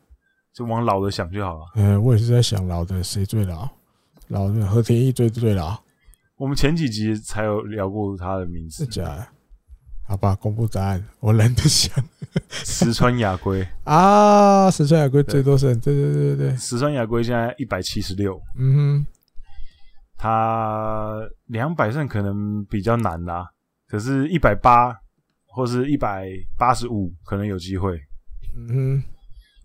就往老的想就好了。呃，我也是在想老的谁最老，老的和田一最最老，我们前几集才有聊过他的名 字是，假的？好吧，公布答案，我懒得想石川雅圭。啊。石川海龟对最多胜，对对对对对，石川雅圭现在一百七十六，嗯他两百胜可能比较难啦、可是，一百八或是一百八十五可能有机会，哼嗯哼，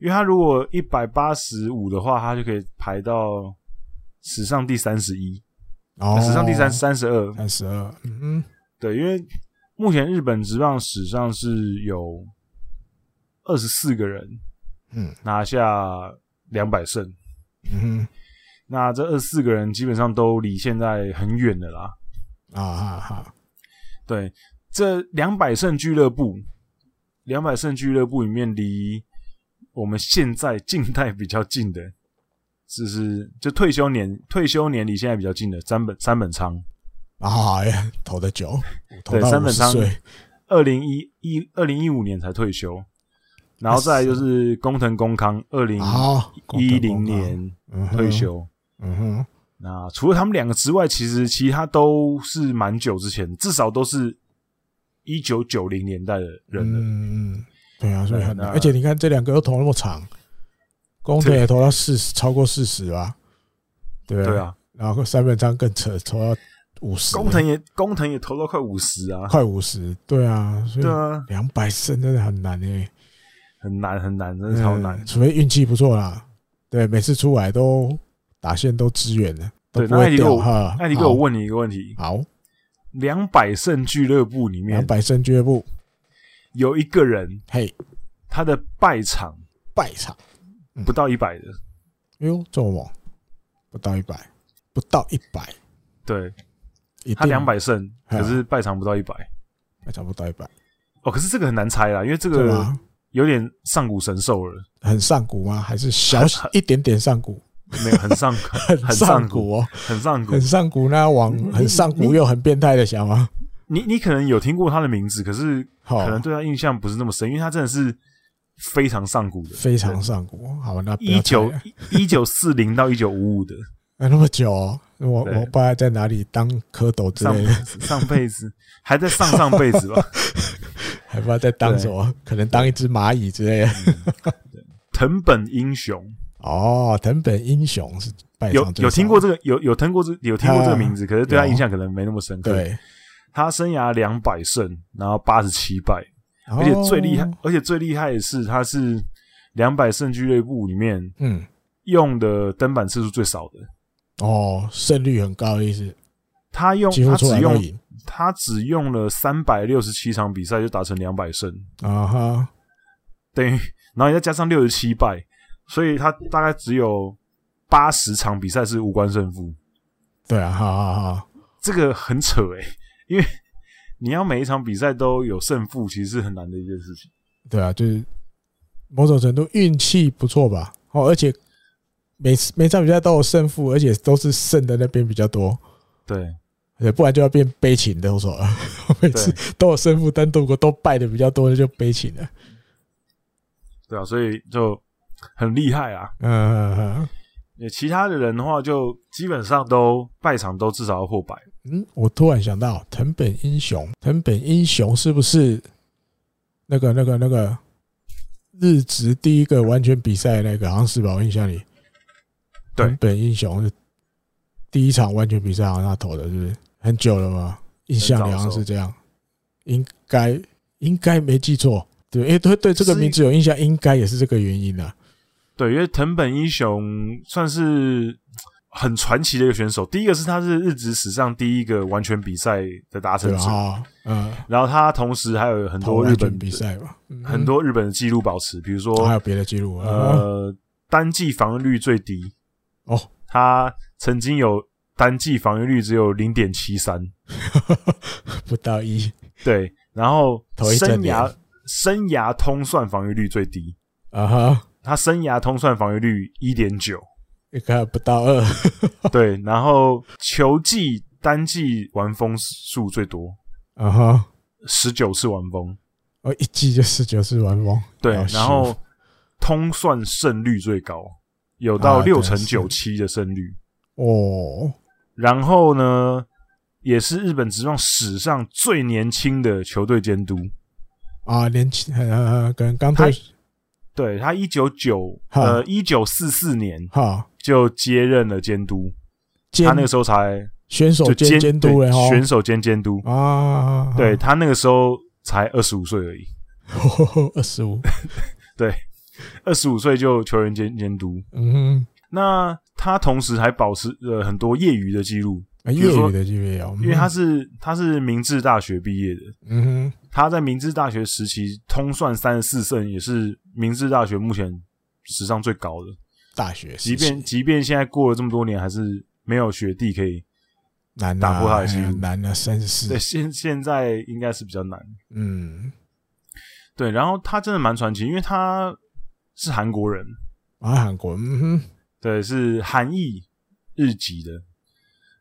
因为他如果一百八十五的话，他就可以排到史上第三十一，呃哦，史上第三三十二。三十二，嗯哼，对，因为目前日本职棒史上是有二十四个人嗯拿下两百胜，嗯那这二十四个人基本上都离现在很远的啦。哼，啊哈哈，对，这两百胜俱乐部，两百胜俱乐部里面离我们现在近代比较近的，就是就退休年退休年离现在比较近的三本三本仓，啊哈呀，投的久，投对到三五本十仓岁，二零一一二零一五年才退休，然后再来就是工藤公康，二零好，一零年嗯哼退，休。嗯哼，那除了他们两个之外，其实其他都是蛮久之前，至少都是一九九零年代的人了。嗯嗯，对啊，所以很难。那而且你看这两个又投那么长，工藤对也投到四十，超过四十吧？对对，啊，然后三本章更扯，投到五十，工藤也工藤也投到快五十啊，快五十，对啊，所以对啊，两百胜真的很难诶，很难很难，真的超难嗯。除非运气不错啦。对，每次出来都打线都支援的，都对，不那艾会迪哥掉我，哈。艾迪哥，好我问你一个问题：好，两百胜俱乐部里两面百胜俱乐部，有一个人，嘿，他的败场败场。不到一百的，哎呦，这么猛，不到一百，不到一百，对一定他两，百胜，嗯可是败场不到一百。差不到一百，哦，可是这个很难猜啦，因为这对啊个吧？有点上古神兽了，很上古吗？还是小一点点上古？没有很上 很上上古，古哦，很上古很。上古那往你很上古你又很变态的想法。你你可能有听过他的名字，可是好可，能对他印象不是那么深，因为他真的是非常上古的，非常上古。哦好吧，那不一要猜九了一九四零到一九五五的哎那么久哦，我对我爸在哪里当蝌蚪之上类的，上辈子，还在上上辈子 吧。还不知道在当什么，可能当一只蚂蚁之类的。嗯藤本英雄哦，藤本英雄是拜有上最有听过少这个有有听过这有听过这个名字，可是对他有印象可能没那么深刻。，啊对，他生涯两百胜，然后八十七败，而而且最厉害，而且最厉害的是他是两百胜俱乐部里面嗯，用的登板次数最少的。哦，胜率很高的意思，他用几乎他出只来都用赢。他只用了三百六十七场比赛就达成两百胜，啊哈，等于然后你再加上六十七败，所以他大概只有八十场比赛是无关胜负，对啊，好好好，这个很扯诶、因为你要每一场比赛都有胜负，其实是很难的一件事情。对啊，就是某种程度运气不错吧。哦，而且每次每场比赛都有胜负，而且都是胜的那边比较多，对对，不然就要变悲情的手了。 每次都有胜负，但如果都败的比较多，那就悲情了。对啊，所以就很厉害啊。嗯嗯也其他的人的话，就基本上都败场都至少要破百。嗯，我突然想到藤本英雄，藤本英雄是不是那个那个那个日职第一个完全比赛的那个，好像是吧？我印象里，对藤本英雄是第一场完全比赛，好像他投的，是不是？很久了嘛，印象里好像是这样，应该应该没记错，对，因为对对这个是名字有印象，应该也是这个原因啊。对，因为藤本英雄算是很传奇的一个选手。第一个是他是日职史上第一个完全比赛的达对成吧？者，哈，嗯，然后他同时还有很多投日完全本比，赛嘛，嗯很多日本的纪录保持，比如说、哦还有别的记录啊，呃单季防御率最低，哦，他曾经有单季防御率只有零点七三， 不到一对，然后头一整生年涯生涯通算防御率最低，啊哈，他生涯通算防御率一点九，你看不到二， 对，然后球季单季完封数最多，啊哈，十九次完封，哦，一季就十九次完封，对，好然幸后福通算胜率最高，有到啊六对成是九七的胜率，哦，然后呢，也是日本职棒史上最年轻的球队监督，啊，年轻呃，可能刚退对他一九九哈呃一九四四年哈，就接任了监督，监他那个时候才选手就兼监督对了哈，选手兼监督，啊，对他那个时候才二十五岁而已， 二十五，二十五岁就球员监监督。嗯，那他同时还保持呃很多业余的记录，啊业如说余的级别哦，因为他是他是明治大学毕业的，嗯他在明治大学时期通算三十四胜，也是明治大学目前史上最高的。哼大学时期，即便即便现在过了这么多年，还是没有学弟可以。难啊打破他的记录哎呀难啊，三十对，四，现现在应该是比较难。嗯对，然后他真的蛮传奇，因为他是韩国人，啊，韩国，嗯哼，对，是韩裔日籍的。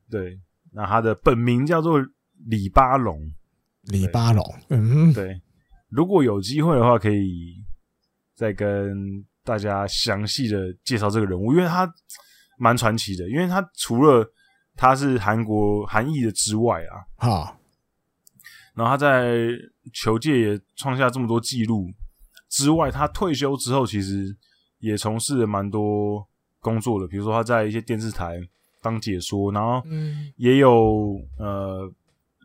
对，那他的本名叫做李巴龙。黎巴龙，嗯哼，对，如果有机会的话，可以再跟大家详细的介绍这个人物，因为他蛮传奇的。因为他除了他是韩国韩裔的之外啊，好，然后他在球界也创下这么多记录之外，他退休之后其实也从事了蛮多工作的，比如说他在一些电视台当解说，然后嗯也有呃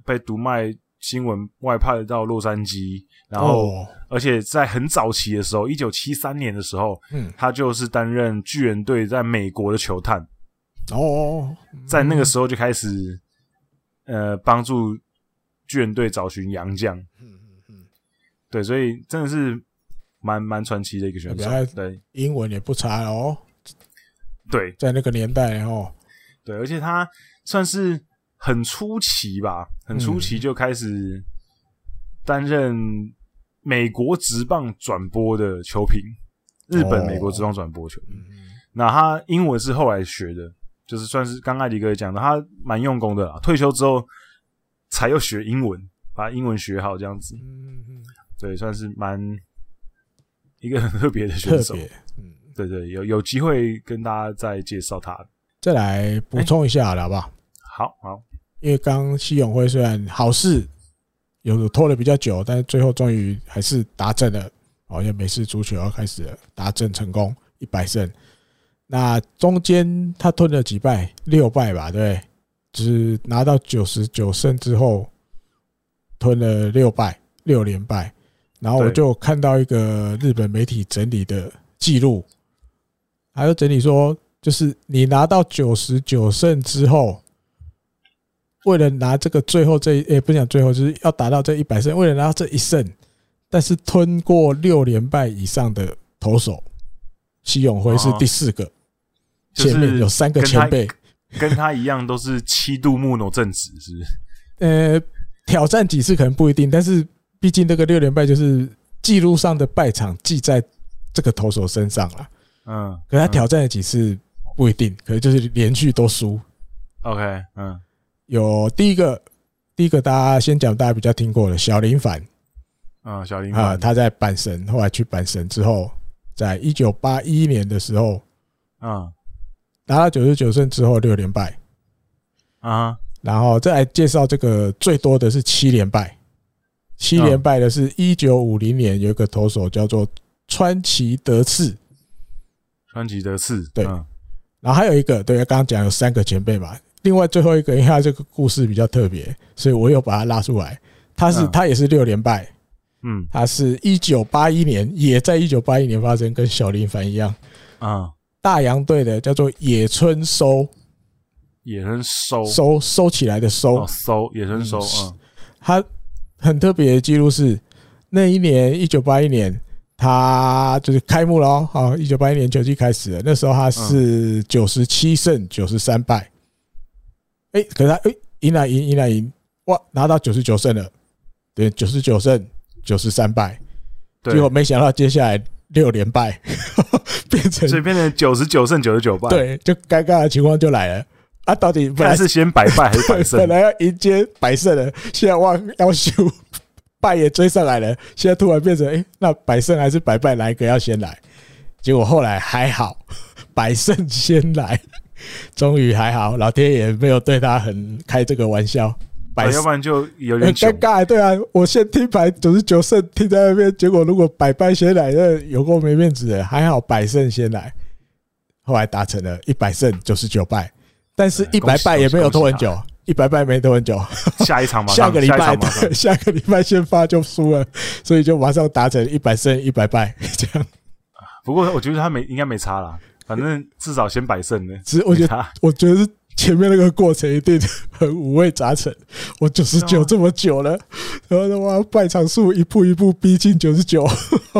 被读卖新闻外派到洛杉矶，然后、哦而且在很早期的时候，一九七三年的时候，嗯他就是担任巨人队在美国的球探，哦，在那个时候就开始呃帮助巨人队找寻洋将，嗯嗯嗯对，所以真的是蛮蛮传奇的一个选比较手，对英文也不差哦，对在那个年代哦，对，而且他算是很出奇吧，很嗯出奇就开始担任美国职棒转播的球评，日本哦美国职棒转播球评。嗯那他英文是后来学的，就是算是刚艾迪哥也讲的，他蛮用功的啦。退休之后才又学英文，把英文学好这样子，嗯嗯，对，算是蛮一个很特别的选特手。别，嗯。对对，有有机会跟大家再介绍他。再来补充一下好了，好不好？好好，因为刚西永辉虽然好事有拖了比较久，但是最后终于还是达阵了，好像美式足球要开始了，达阵成功一百胜。那中间他吞了几败，六败吧，对，只拿到九十九胜之后，吞了六败，六连败。然后我对就看到一个日本媒体整理的记录，还有整理说，就是你拿到九十九胜之后，为了拿这个最后这一，也、不讲最后，就是要达到这一百胜，为了拿到这一胜，但是吞过六连败以上的投手，西永辉是哦第四个，就是前面有三个跟他前辈，跟他一样都是七度木乃正直，是不是？呃，挑战几次可能不一定，但是毕竟这个六连败就是记录上的败场记在这个投手身上了。嗯，可是他挑战了几次不一定，可能就是连续都输。嗯 OK，嗯，有第一个，第一个大家先讲大家比较听过的小林凡嗯，小林啊，凡，他在阪神，后来去阪神之后，在一九八一年的时候嗯拿到九十九胜之后六连败，啊，然后再来介绍这个最多的是七连败，七连败的是一九五零年有一个投手叫做川崎德次，川崎德次，对嗯然后还有一个，对，刚刚讲有三个前辈嘛，另外最后一个，因为他这个故事比较特别，所以我又把他拉出来。他是嗯他也是六连败，嗯他是一九八一年，也在一九八一年发生，跟小林凡一样，啊，大洋队的叫做野村收野生收收收起来的收哦，收野生收，嗯嗯他很特别的记录是那一年一九八一年，他就是开幕了哦，好，一九八一年球季开始了，那时候他嗯是九十七胜九十三败，哎、可是他哎赢了赢赢了赢，哇，拿到九十九胜了，对，九十九胜九十三败，对结，果没想到接下来六连败， 变成所以变成九十九胜九十九败，，对，就尴尬的情况就来了啊！到底本来看是先百败还 是百胜本？来要迎接百胜的，现在忘要修，败也追上来了，现在突然变成哎、诶那百胜还是百败哪一个要先来？结果后来还好，百胜先来，终于还好，老天爷没有对他很开这个玩笑，啊百要不然就有很尴点囧。尬，对啊，我先听牌九十九胜听在那边，结果如果百败先来，那有够没面子的。还好百胜先来，后来达成了一百胜九十九败，但是一对百恭喜败也没有拖很哎恭喜久，一百败没拖很久，下一场马上，下个礼一拜场马上对，下个礼拜先发就输了，所以就马上达成一百胜一百败这样。不过我觉得他没应该没差啦，反正至少先百胜呢。只是我觉得，没差我觉得是前面那个过程一定很五味杂陈。我九十对九啊这么久了，然后的话败场数一步一步逼近九十九，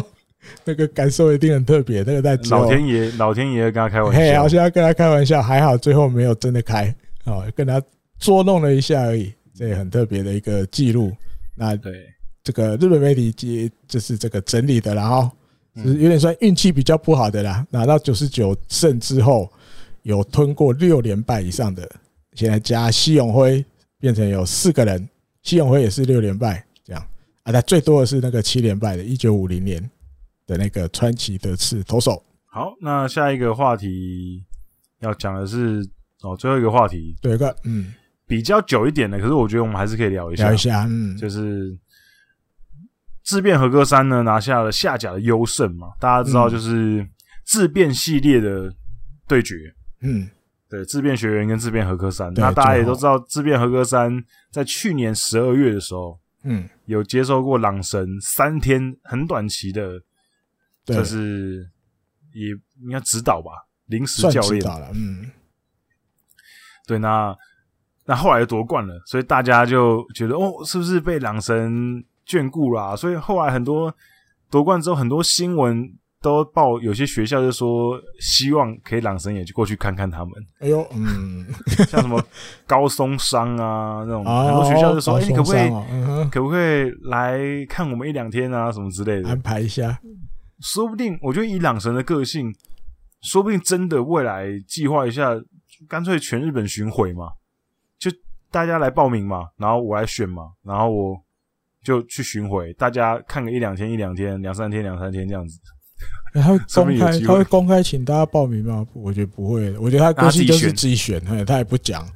那个感受一定很特别。那个在老天爷，老天爷跟他开嘿，玩好笑，像要跟他开玩笑，还好最后没有真的开，哦，跟他捉弄了一下而已，这也很特别的一个记录。那对，这个日本媒体接就是这个整理的啦哦，然嗯后是有点算运气比较不好的啦，拿到九十九胜之后，有吞过六连败以上的，现在加西永辉变成有四个人，西永辉也是六连败这样啊，他最多的是那个七连败的，一九五零年的那个川崎德次投手，好，那下一个话题要讲的是哦，最后一个话题有一个嗯比较久一点的，可是我觉得我们还是可以聊一下，聊一下嗯就是质变和歌三呢拿下了下甲的优胜嘛，大家知道嗯就是质变系列的对决，嗯对，自变学员跟自变合科三，对那大家也最后都知道，自变合科三在去年十二月的时候，嗯有接受过朗神三天很短期的，对就，是也应该指导吧，临时算教知练。道了嗯对，那那后来又夺冠了，所以大家就觉得哦，是不是被朗神眷顾啦、所以后来很多夺冠之后，很多新闻都报，有些学校就说希望可以朗神也就过去看看他们。哎呦嗯像什么高松商啊那种，啊很多学校就说：“哎、你可不可以、嗯哼可不可以来看我们一两天啊，什么之类的安？”排一下说不定，我觉得以朗神的个性，说不定真的未来计划一下，干脆全日本巡回嘛，就大家来报名嘛，然后我来选嘛，然后我就去巡回，大家看个一两天、一两天、两三天、两三天这样子。他 会说公不定有开，机他会会公开请大家报名吗？不我觉得不会的，我觉得他个性就是自己选，嘿他也不讲，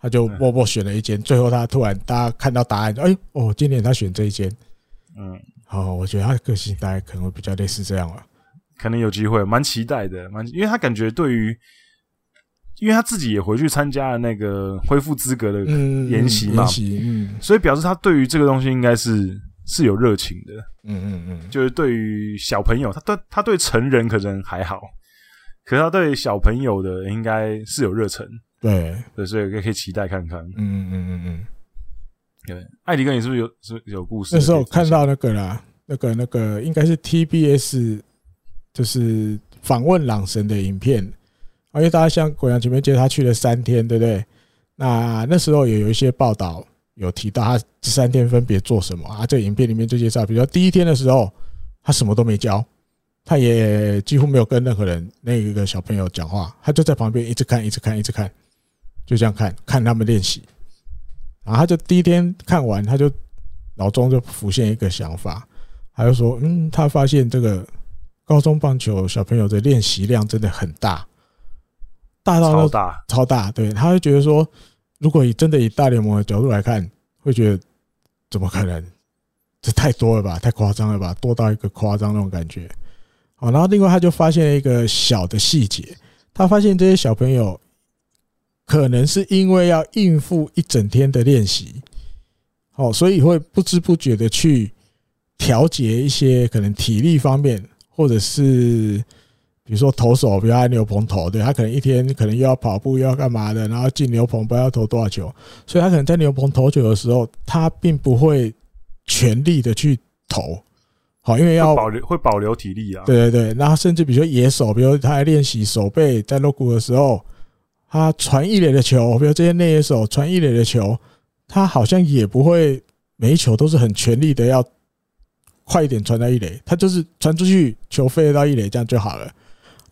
他就嗯默默选了一间，最后他突然大家看到答案，哎哦，今年他选这一间，嗯，好，我觉得他的个性大概可能会比较类似这样吧。可能有机会，蛮期待的，蛮，因为他感觉对于，因为他自己也回去参加了那个恢复资格的，嗯，研习嘛研习，嗯所以表示他对于这个东西应该是是有热情的，嗯嗯嗯，就是对于小朋友，他对他对成人可能还好，可是他对小朋友的应该是有热忱，对，对，所以可以期待看看。嗯嗯嗯嗯。对，艾迪哥，你是不是有是不是有故事？那时候我看到那个啦，那个那个应该是 TBS，就是访问朗神的影片，啊因为大家像国阳前面介绍，他去了三天，对不对？那那时候也有一些报道有提到他这三天分别做什么啊？这个影片里面就介绍，比如说第一天的时候，他什么都没教，他也几乎没有跟任何人那个小朋友讲话，他就在旁边一直看，一直看，一直看，就这样看看他们练习。然后他就第一天看完，他就脑中就浮现一个想法，他就说：“嗯，他发现这个高中棒球小朋友的练习量真的很大，大到那超大，超大，对，他会觉得说，如果以真的以大联盟的角度来看，会觉得怎么可能？这太多了吧，太夸张了吧，多到一个夸张那种感觉。好，哦然后另外他就发现了一个小的细节，他发现这些小朋友可能是因为要应付一整天的练习，哦，所以会不知不觉的去调节一些可能体力方面，或者是比如说投手，比如按牛棚投，对他可能一天可能又要跑步又要干嘛的，然后进牛棚不知道要投多少球，所以他可能在牛棚投球的时候，他并不会全力的去投，好，因为要会保留会保留体力啊。，对对对，然后甚至比如说野手，比如他在练习手背在落骨的时候，他传一垒的球，比如这些内野手传一垒的球，他好像也不会每一球都是很全力的要快一点传到一垒，他就是传出去球飞到一垒这样就好了。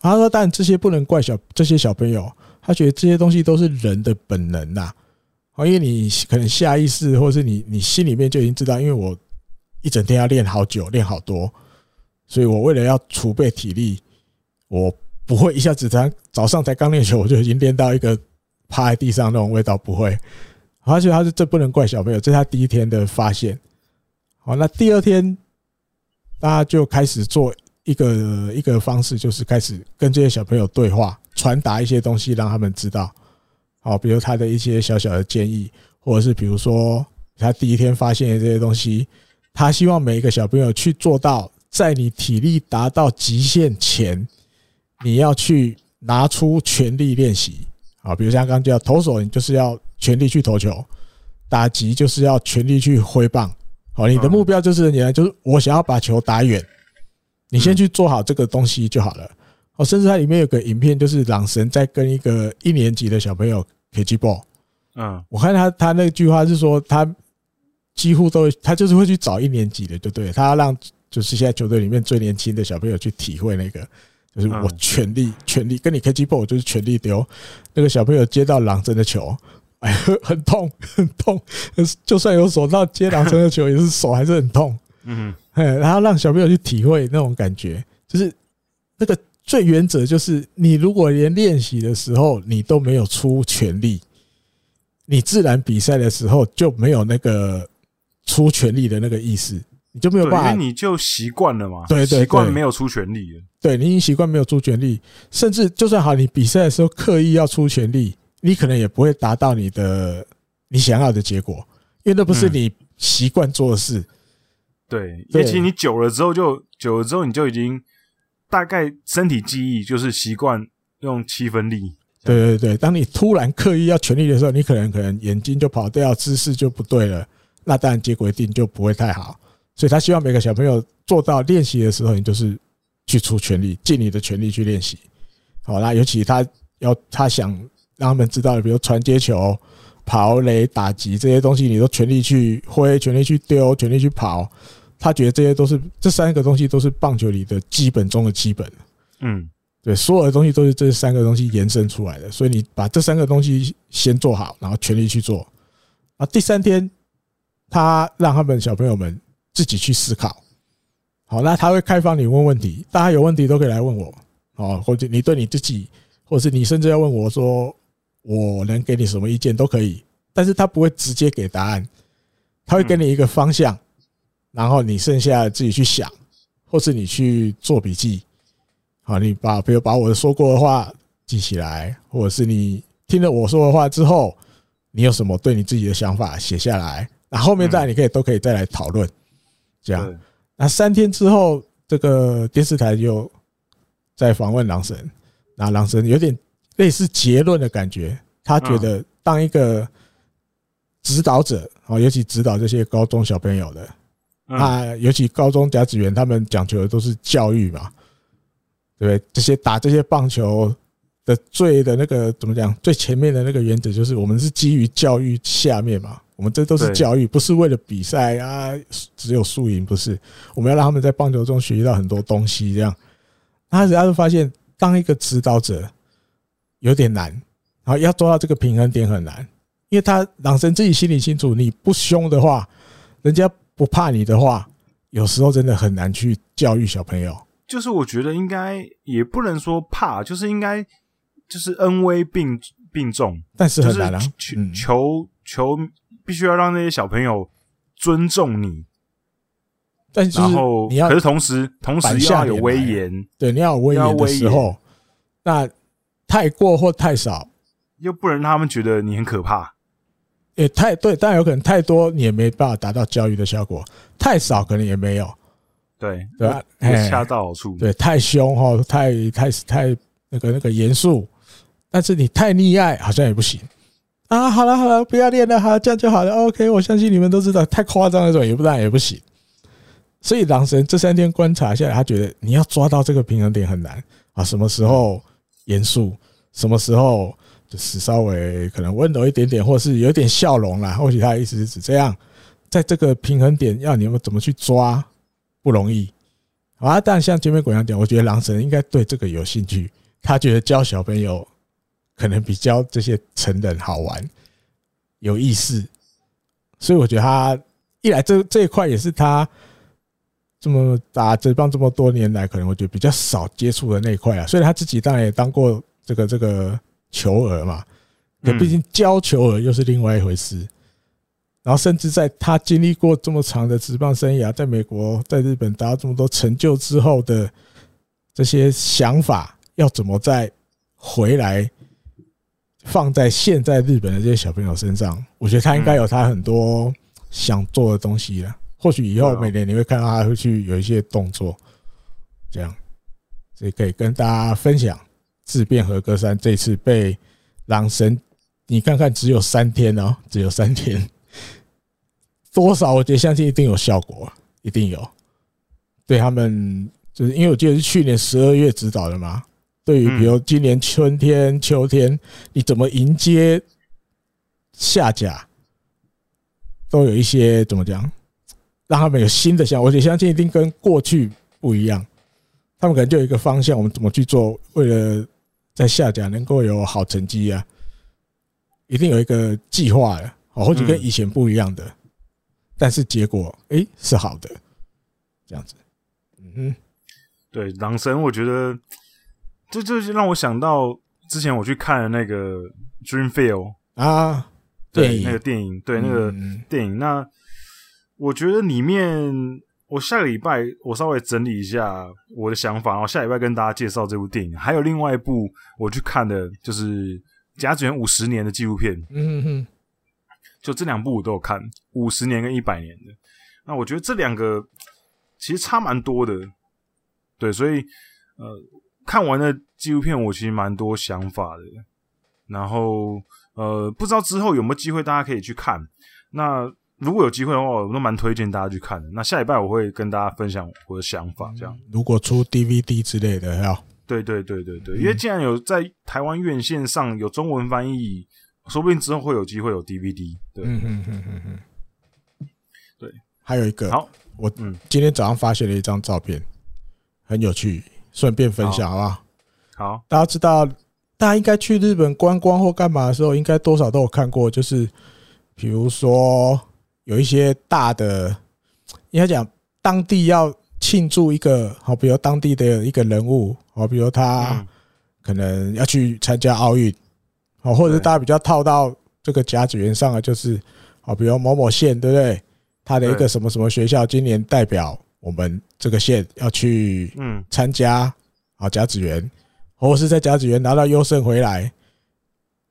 然后他说，但这些不能怪小这些小朋友，他觉得这些东西都是人的本能呐、哦，因为你可能下意识，或是你你心里面就已经知道，因为我一整天要练好久，练好多，所以我为了要储备体力，我不会一下子才早上才刚练球，我就已经练到一个趴在地上那种味道，不会。而且他是这不能怪小朋友，这是他第一天的发现。好，那第二天大家就开始做一个一个方式，就是开始跟这些小朋友对话，传达一些东西让他们知道。好，比如他的一些小小的建议，或者是比如说他第一天发现的这些东西，他希望每一个小朋友去做到，在你体力达到极限前，你要去拿出全力练习。啊，比如像刚刚叫投手，你就是要全力去投球；打击就是要全力去挥棒。好，你的嗯目标就是很简单，就是我想要把球打远，你先嗯去做好这个东西就好了。哦，甚至它里面有个影片，就是朗神在跟一个一年级的小朋友 KG ball，嗯，我看他他那句话是说，他几乎都会他就是会去找一年级的，就对了，他要让就是现在球队里面最年轻的小朋友去体会那个，就是嗯我全力全力跟你 KG ball 我就是全力丢，那个小朋友接到朗真的球。 哎，很痛，很痛！就算有手套接朗真的球，也是手还是很痛。嗯哎，然后让小朋友去体会那种感觉，就是那个最原则就是，你如果连练习的时候你都没有出全力，你自然比赛的时候就没有那个出全力的那个意思，你就没对，有因办法为你就习惯了嘛，对对对习惯没有出全力了，对你已经习惯没有出全力，甚至就算好，你比赛的时候刻意要出全力，你可能也不会达到你的你想要的结果，因为那不是嗯你习惯做的事。对，因对为其实你久了之后就久了之后你就已经大概身体记忆就是习惯用七分力，对对对，当你突然刻意要全力的时候，你可能可能眼睛就跑掉，姿势就不对了，那当然结果一定就不会太好。所以他希望每个小朋友做到练习的时候，你就是去出全力，尽你的全力去练习。好，那尤其他要他想让他们知道，比如传接球、跑垒、打击这些东西，你都全力去挥、全力去丢、全力去跑。他觉得这些都是这三个东西都是棒球里的基本中的基本。嗯，对，所有的东西都是这三个东西延伸出来的，所以你把这三个东西先做好，然后全力去做。啊，第三天，他让他们小朋友们自己去思考。好，那他会开放你问问题，大家有问题都可以来问我。哦，或者你对你自己，或者是你甚至要问我说，我能给你什么意见都可以，但是他不会直接给答案，他会给你一个方向，然后你剩下自己去想，或是你去做笔记。好，你把比如把我说过的话记起来，或者是你听了我说的话之后，你有什么对你自己的想法写下来，那后面再来你可以都可以再来讨论，这样。对，那三天之后，这个电视台就在访问狼神，那狼神有点类似结论的感觉，他觉得当一个指导者啊，尤其指导这些高中小朋友的，嗯，那尤其高中甲子园，他们讲求的都是教育嘛，对不对？这些打这些棒球的最的那个怎么讲？最前面的那个原则就是，我们是基于教育下面嘛，我们这都是对教育，不是为了比赛啊，只有输赢不是。我们要让他们在棒球中学习到很多东西，这样。那他只要是发现，当一个指导者有点难，然后要做到这个平衡点很难，因为他朗神自己心里清楚，你不凶的话，人家不怕你的话，有时候真的很难去教育小朋友。就是我觉得应该也不能说怕，就是应该就是恩威并并重，但是就很是难啊，求嗯，求求必须要让那些小朋友尊重你，但就然是后你要可是同时同时板又下要有脸威来啊严，对你要有威要严的威时严候，那太过或太少又不能让他们觉得你很可怕。也太对，但有可能太多你也没办法达到教育的效果，太少可能也没有，对，对吧？我哎恰到好处。对，太凶哈，太太太那个那个严肃，但是你太溺爱好像也不行啊。好了好了，不要练了，好这样就好了。OK，我相信你们都知道，太夸张那种也不然也不行。所以狼神这三天观察下来，他觉得你要抓到这个平衡点很难啊。什么时候严肃，什么时候就是稍微可能温柔一点点，或是有点笑容啦。或许他的意思是指这样，在这个平衡点要你们怎么去抓，不容易。好啊，但像前面鬼阳讲，我觉得狼神应该对这个有兴趣。他觉得教小朋友可能比教这些成人好玩、有意思，所以我觉得他一来这这一块也是他这么打职棒这么多年来，可能我觉得比较少接触的那一块啊。虽然他自己当然也当过这个这个球儿嘛，可嗯毕竟教球儿又是另外一回事。然后，甚至在他经历过这么长的职棒生涯，在美国、在日本达到这么多成就之后的这些想法，要怎么再回来放在现在日本的这些小朋友身上？我觉得他应该有他很多想做的东西了。或许以后对啊每年你会看到他会去有一些动作，这样，所以可以跟大家分享《自变和歌山》这次被狼神，你看看只有三天哦，只有三天。多少，我觉得相信一定有效果，一定有。对他们，就是因为我记得是去年十二月指导的嘛。对于嗯比如今年春天、秋天，你怎么迎接下甲，都有一些怎么讲，让他们有新的想法。我觉得相信一定跟过去不一样，他们可能就有一个方向，我们怎么去做，为了在下甲能够有好成绩啊，一定有一个计划的，哦或者跟嗯以前不一样的。但是结果诶是好的，这样子，嗯对，狼神，我觉得这这就让我想到之前我去看了那个《Dreamfield》哼啊，电对影那个电影，对那个嗯电影。那我觉得里面，我下个礼拜我稍微整理一下我的想法，然后下礼拜跟大家介绍这部电影。还有另外一部我去看的，就是《甲子园五十年》的纪录片，嗯哼就这两部我都有看，五十年跟一百年的。那我觉得这两个其实差蛮多的，对，所以呃，看完了纪录片，我其实蛮多想法的。然后呃，不知道之后有没有机会大家可以去看。那如果有机会的话，我都蛮推荐大家去看的。那下礼拜我会跟大家分享我的想法，这样。如果出 DVD 之类的，要对对对对对，因为既然有在台湾院线上有中文翻译，说不定之后会有机会有 DVD 对。嗯哼哼哼哼，对，还有一个，嗯好，我嗯今天早上发现了一张照片，很有趣，顺便分享好不好？好，大家知道，大家应该去日本观光或干嘛的时候，应该多少都有看过，就是比如说有一些大的，应该讲当地要庆祝一个，好，比如当地的一个人物，好，比如他嗯可能要去参加奥运，好，或者是对大家比较套到这个甲子园上啊，就是好，比如某某县，对不对？他的一个对什么什么学校今年代表我们这个县要去嗯，参加啊甲子园，或是在甲子园拿到优胜回来，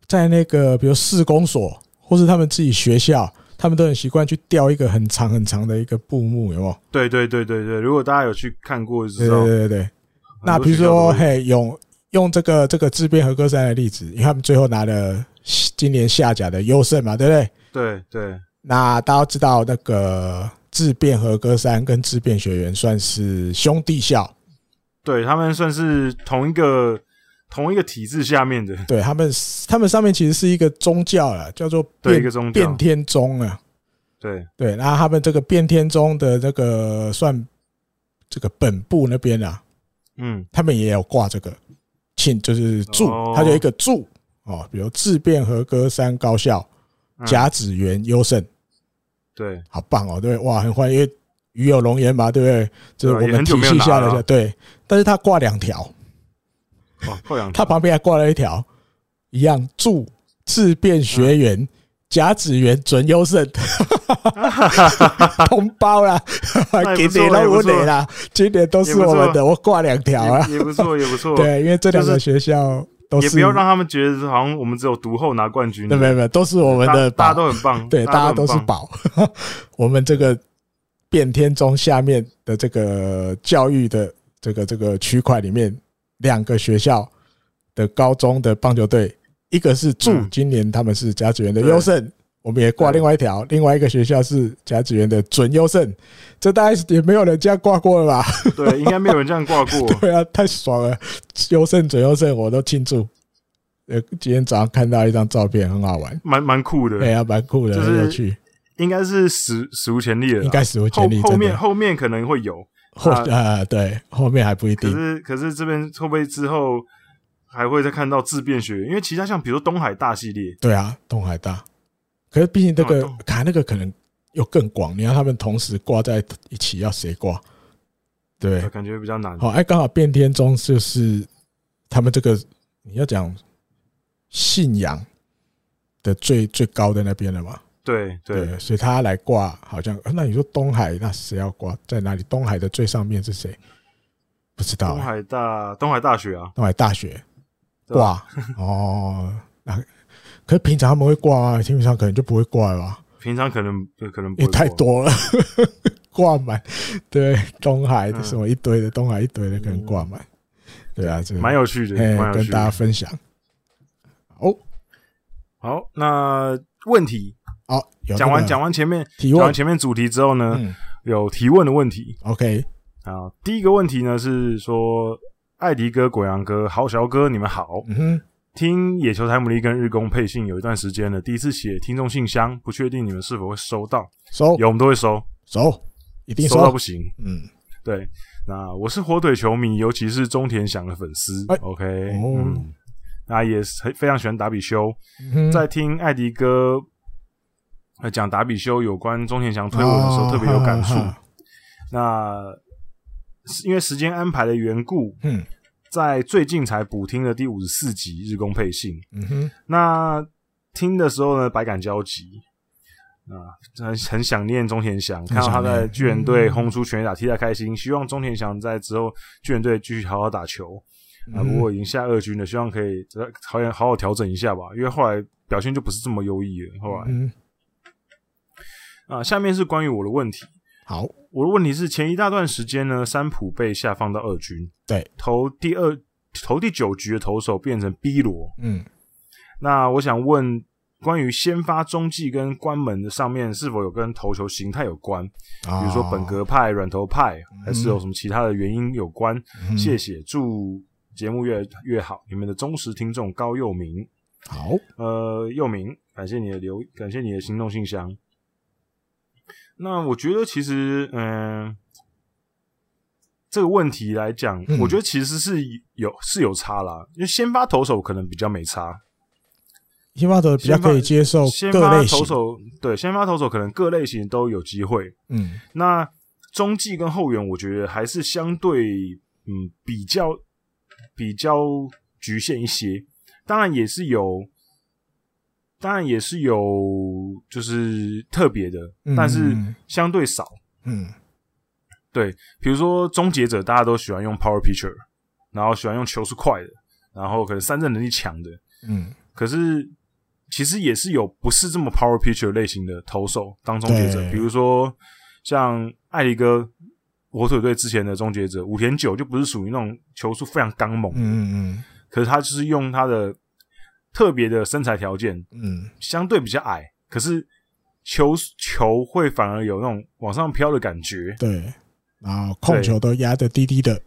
在那个比如市公所或是他们自己学校，他们都很习惯去吊一个很长很长的一个布幕，有没有？对对对对对，如果大家有去看过，就对知道对对对对。那很多比如学校都说，会嘿，用用这个这个自编和歌山的例子，因为他们最后拿了今年下甲的优胜嘛，对不对？对对那大家都知道，那个自变和歌山跟自变学员算是兄弟校，对，他们算是同一个同一个体制下面的，对他们，他们上面其实是一个宗教了，叫做对变一个宗变教，天宗啊。对对，那他们这个变天宗的这个算这个本部那边啊，嗯他们也有挂这个庆，就是祝哦，他有一个祝哦，比如自变和歌山高校嗯甲子园优胜，对好棒哦，对不对，哇，很欢迎，因为鱼有龙颜嘛，对不对？就是对啊我也们很体久没有系拿下了来啊的，对，但是他挂两条，哦，后仰他旁边还挂了一条一样祝自变学员甲子园准优胜，通包啦那，今也不错年也都不我错垒啦，今年都是我也们不错的，我挂两条啊。也也不错，也不 错。对，因为这两个就学校都也是，不要让他们觉得好像我们只有独后拿冠军，对没有没有，都是我们大的大家宝都很棒，对，大家都是很棒。宝。 我们这个变天中下面的这个教育的这个这个区块里面，两个学校的高中的棒球队，一个是祝嗯今年他们是甲子园的对优胜，我们也挂对另外一条，另外一个学校是甲子园的准优胜，这大概是也没有人这样挂过了吧？对，应该没有人这样挂过。 对啊，太爽了！优胜准优胜，我都庆祝。呃，今天早上看到一张照片，很好玩，蛮蛮酷哎的，呀，蛮酷的，就是很有趣，应该是史史无前例了啦。应该史无前后例。后真的。面后面可能会有，后啊呃对，后面还不一可定。是可是这边会不会之后还会再看到自变学？因为其他像比如说东海大系列，对啊，东海大，可是毕竟这哦个东卡那个可能又更广，你让他们同时挂在一起，要谁挂？对，感觉比较难。好，哎，刚好变天中就是他们这个你要讲信仰的最最高的那边了嘛？对对，所以他来挂，好像呃那你说东海，那谁要挂在哪里？东海的最上面是谁？不知道、东哎海大东海大学啊，东海大学对啊吧挂哦，那可是平常他们会挂啊，平常可能就不会挂了吧，平常可能可能不也会太挂多了， 挂满。对，东海嗯什么一堆的，东海一堆的可能挂满。对啊，这个蛮有趣的，哎蛮有跟趣大家的。分享。哦，好，那问题好，哦有讲那完个讲完前面提讲问完，前面主题之后呢，嗯有提问的问题，OK，啊。第一个问题呢是说，艾迪哥、鬼阳哥、豪小哥，你们好。嗯哼，听野球台姆利跟日工配信有一段时间了，第一次写听众信箱，不确定你们是否会收到。收有，我们都会收，收，一定收到不行。嗯，对，那我是火腿球迷，尤其是中田翔的粉丝。哎 OK，、哦嗯，那也是很非常喜欢达比修，嗯哼在听艾迪哥呃讲达比修有关中田翔推文的时候，哦特别有感触。哈哈哈那是因为时间安排的缘故，嗯在最近才补听了第五十四集日工配信。嗯哼，那听的时候呢，百感交集啊，很很想念中田翔，看到他在巨人队轰出全垒打，替他开嗯心。希望中田翔在之后巨人队继续好好打球啊。嗯不过已经下二军了，希望可以呃好像好好调整一下吧，因为后来表现就不是这么优异了。后来嗯，啊，下面是关于我的问题。好，我的问题是，前一大段时间呢，三浦被下放到二军，对，投第二投第九局的投手变成 B 罗，嗯那我想问，关于先发中继跟关门的上面是否有跟投球形态有关？啊，比如说本格派、软投派，还是有什么其他的原因有关？嗯，谢谢，祝节目越越好。你们的忠实听众高佑明，好，呃，佑明，感谢你的留，感谢你的行动信箱。那我觉得其实，嗯、这个问题来讲，嗯我觉得其实是有是有差啦，因为先发投手可能比较没差，先发投手比较先发可以接受先各发类投型，手对先发投手可能各类型都有机会。嗯那中继跟后援，我觉得还是相对嗯比较比较局限一些。当然也是有，当然也是有就是特别的，嗯但是相对少。嗯对，比如说终结者，大家都喜欢用 power pitcher，然后喜欢用球速快的，然后可能三振能力强的，嗯，可是其实也是有不是这么 power pitcher 类型的投手当终结者对，比如说像艾利哥火腿队之前的终结者武田九就不是属于那种球速非常刚猛，嗯嗯可是他就是用他的特别的身材条件，嗯相对比较矮，可是球球会反而有那种往上飘的感觉嗯，，对，然后控球都压得低低的，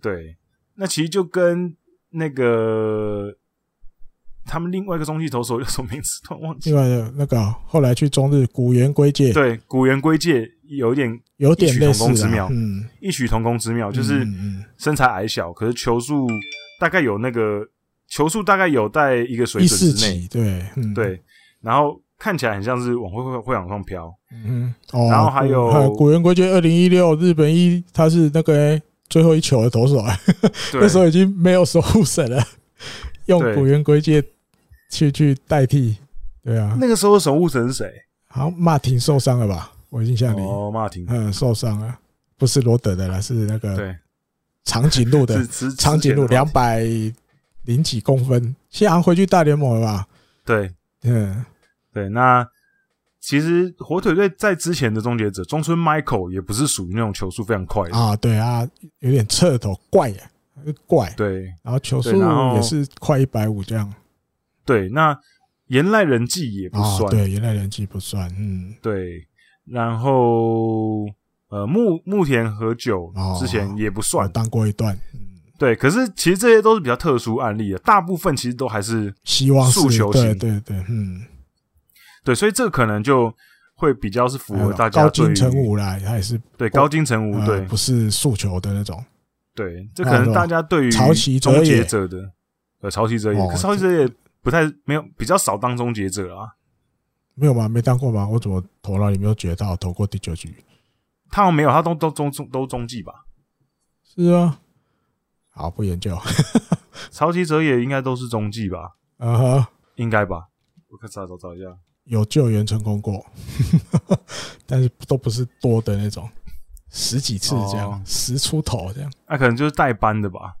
对，那其实就跟那个。他们另外一个中继投手叫什么名字？ 突然忘记另。外的那个后来去中日古原归介，对，古原归介有一点有点类似异曲同工之啊妙，嗯，异曲同工之妙，就是嗯嗯身材矮小，可是球速大概有那个球速大概有在一个水第准四之内，集对，嗯，对，然后看起来很像是往会会会往上飘，嗯哼，哦，然后还有古古原归介，二零一六日本一他是那个欸最后一球的投手，啊，对那时候已经没有守护神了，用对古原归介去去代替，对啊，那个时候守护神是谁？好，马廷受伤了吧？我印象里，哦，马廷，嗯，受伤了，不是罗德的啦，是那个对，长颈鹿的是是长颈鹿，之前的两百零几公分，现在好像回去大联盟了吧？对嗯，对。那其实火腿队在之前的终结者中村 Michael 也不是属于那种球速非常快的，啊，对啊，有点侧头怪呀、怪，对然后球速对然后也是快一百五这样对。那岩濑人纪也不啊，算，对，原来人气不算，嗯，对，然后呃木木田和久哦之前也不我算，当过一段，嗯，对。可是其实这些都是比较特殊案例的，大部分其实都还是希望是速球对型对对，嗯，对，所以这个可能就会比较是符还有合大家哎高对金城于武啦，他也是对高金城武呃对不是速球的那种，对，这那可什能么大家对于潮汐者终结也者的呃潮汐者也，哦可是潮汐者也不太没有比较少当终结者啊，没有吗？没当过吗？我怎么头脑里没有觉得到投过第九局？他好像没有，他都都中中都中继吧，是啊，好不 研究，潮汐者也应该都是中继吧，嗯哼，应该吧，我看找找找一下。有救援成功过， 但是都不是多的那种，十几次这样，哦十出头这样。那、可能就是代班的吧，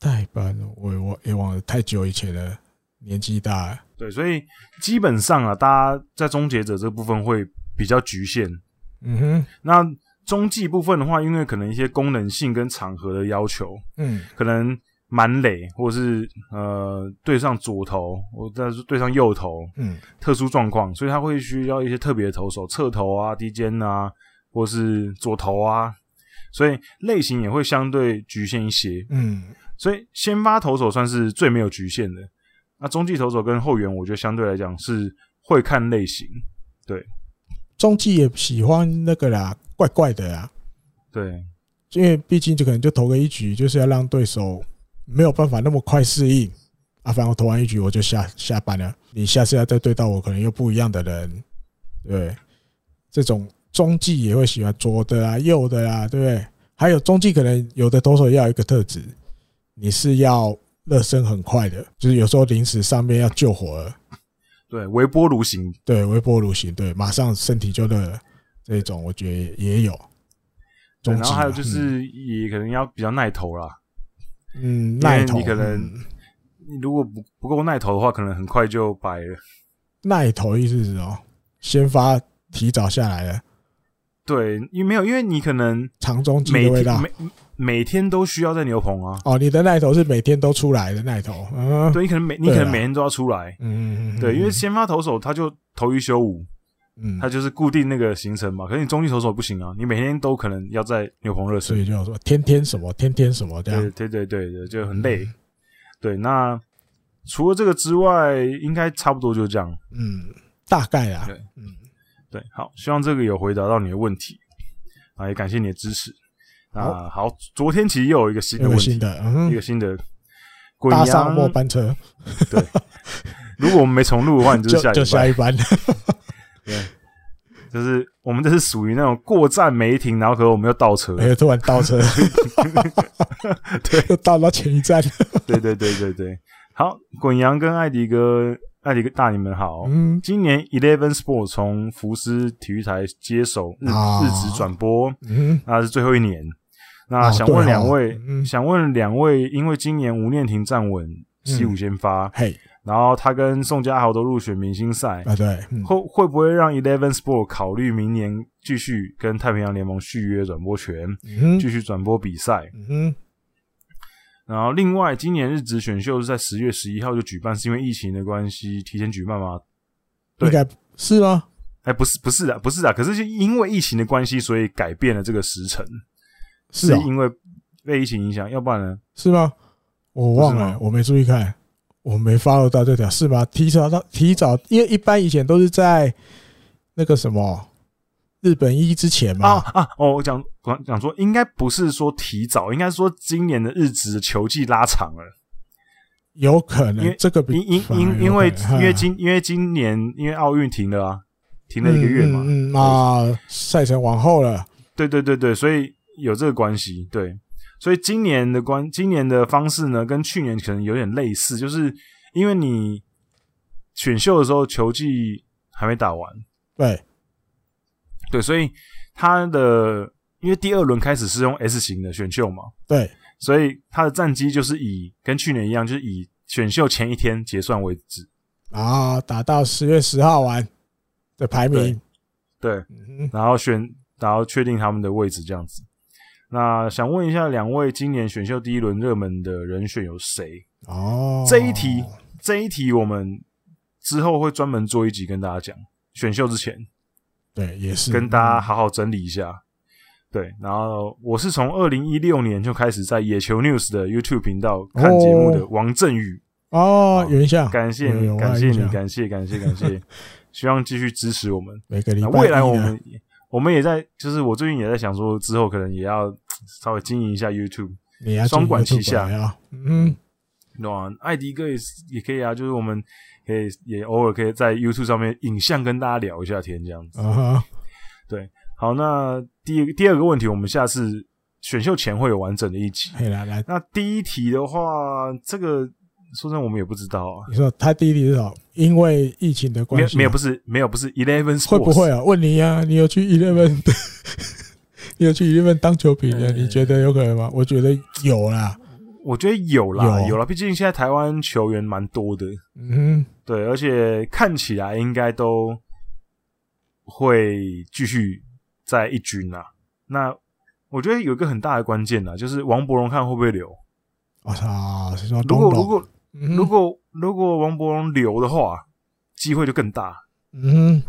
代班我也我也忘了太久以前了，年纪大了，对，所以基本上啊，大家在终结者这部分会比较局限。嗯哼，那中继部分的话，因为可能一些功能性跟场合的要求，嗯可能满垒或是呃对上左投，或者是对上右投，嗯特殊状况，所以他会需要一些特别的投手，侧投啊、低肩啊，或是左投啊，所以类型也会相对局限一些。嗯，所以先发投手算是最没有局限的。那中继投手跟后援，我觉得相对来讲是会看类型。中继也喜欢那个啦，怪怪的啊啦，对因为毕竟就可能嗯就投个一局，就是要让对手没有办法那么快适应。啊，反正我投完一局我就下下班了，你下次要再对到我，可能又不一样的人，对，这种中继也会喜欢左的啊、右的啊，对不对？还有中继可能有的投手要有一个特质，你是要热身很快的，就是有时候临时上面要救火了，对，微波炉型，对，微波炉型，对，马上身体就热了，这种我觉得也有。中对然继后还有啊就嗯是也可能要比较耐投啦。嗯，耐投，因为你可能嗯你如果不不够耐投的话，可能很快就白了。耐投意思是哦，先发提早下来了，对，因为没有，因为你可能长中继每的味天道。每每天都需要在牛棚啊。哦，你的耐投是每天都出来的耐投，嗯，对，你可能每你对啊可能每天都要出来。嗯，嗯，嗯对，因为先发投手他就投一休五，嗯，他就是固定那个行程嘛。可是你中继投手不行啊，你每天都可能要在牛棚热所。身以就说天天什么，天天什么这样对，对对对对，就很啊嗯累。对，那除了这个之外，应该差不多就这样。嗯，大概啊对，嗯，对，好，希望这个有回答到你的问题啊，也感谢你的支持。啊，好，昨天其实又有一个新的有问个题，啊新的，一嗯，个新的。滚搭上羊末，班车如果我们没重录的话，你就是就下就一下一班， 就是我们这是属于那种过站没停，然后可是我们又倒 车。哎，突然倒 车，对，又倒到前一站， 对对对对对，好，滚羊跟艾迪哥，艾迪哥大你们好，嗯，今年 Eleven Sport 从福斯体育台接手日、啊日职转播，嗯，那是最后一年。那啊想对问哦两位，嗯想问两位，因为今年吴念婷站稳西武先发，嘿，然后他跟宋家豪都入选明星赛，啊对，嗯会会不会让 Eleven Sport 考虑明年继续跟太平洋联盟续约转播权，嗯继续转播比赛？嗯然后另外，今年日职选秀是在十月十一号就举办，是因为疫情的关系提前举办吗？哼，对应该是吗？哎，不是，不是的，不是的。可是就因为疫情的关系，所以改变了这个时辰，是哦，因为被疫情影响，要不然呢？是吗？我忘不是了吗，我没注意看，我没 follow 到这条是吗？提早到提早，因为一般以前都是在那个什么日本一之前啊嘛，啊！哦，我讲讲讲说，应该不是说提早，应该说今年的日职球季拉长了，有可因能为这个比因因反而有因因为可能因为哈今因为今年因为奥运停了啊，停了一个月嘛，嗯嗯嗯啊，赛程往后了，对对对对，所以有这个关系，对，所以今年的关今年的方式呢，跟去年可能有点类似，就是因为你选秀的时候球季还没打完，对，对，所以他的因为第二轮开始是用 S 型的选秀嘛，对，所以他的战绩就是以跟去年一样，就是以选秀前一天结算为止。然后打到十月十号完的排名，对，嗯哼，然后选，然后确定他们的位置这样子。那想问一下两位，今年选秀第一轮热门的人选有谁？哦，这一题，这一题我们之后会专门做一集跟大家讲。选秀之前，对，也是跟大家好好整理一下。嗯对，然后我是从二零一六年就开始在野球 News 的 YouTube 频道看节目的王振宇，哦，有印象，感谢有有你，我啊感有谢印你，象感谢感谢感 谢，希望继续支持我们。每个礼那拜未来一我的们也我们也在，就是我最近也在想说，之后可能也要稍微经营一下 YouTube，你要双管进齐下 YouTube 啊，嗯，对吧？艾迪哥也是也可以啊，就是我们可以也偶尔可以在 YouTube 上面影像跟大家聊一下天这样子。啊哈，好，那第一第二个问题，我们下次选秀前会有完整的一集。嘿来来，那第一题的话，这个说真的我们也不知道啊，你说他弟弟是什么？因为疫情的没关有系，啊没有不是没有不是 Eleven 会 Sports 不会啊？问你呀、你有去 Eleven，你有去 Eleven 当球评的？呃你觉得有可能吗？我觉得有啦，我觉得有啦，有有啦，毕竟现在台湾球员蛮多的，嗯对，而且看起来应该都会继续在一军啦。那我觉得有一个很大的关键啦，啊就是王伯荣看会不会留。哼，我操，是说如东果龙，如果嗯哼如果如果王伯荣留的话，机会就更大；嗯哼，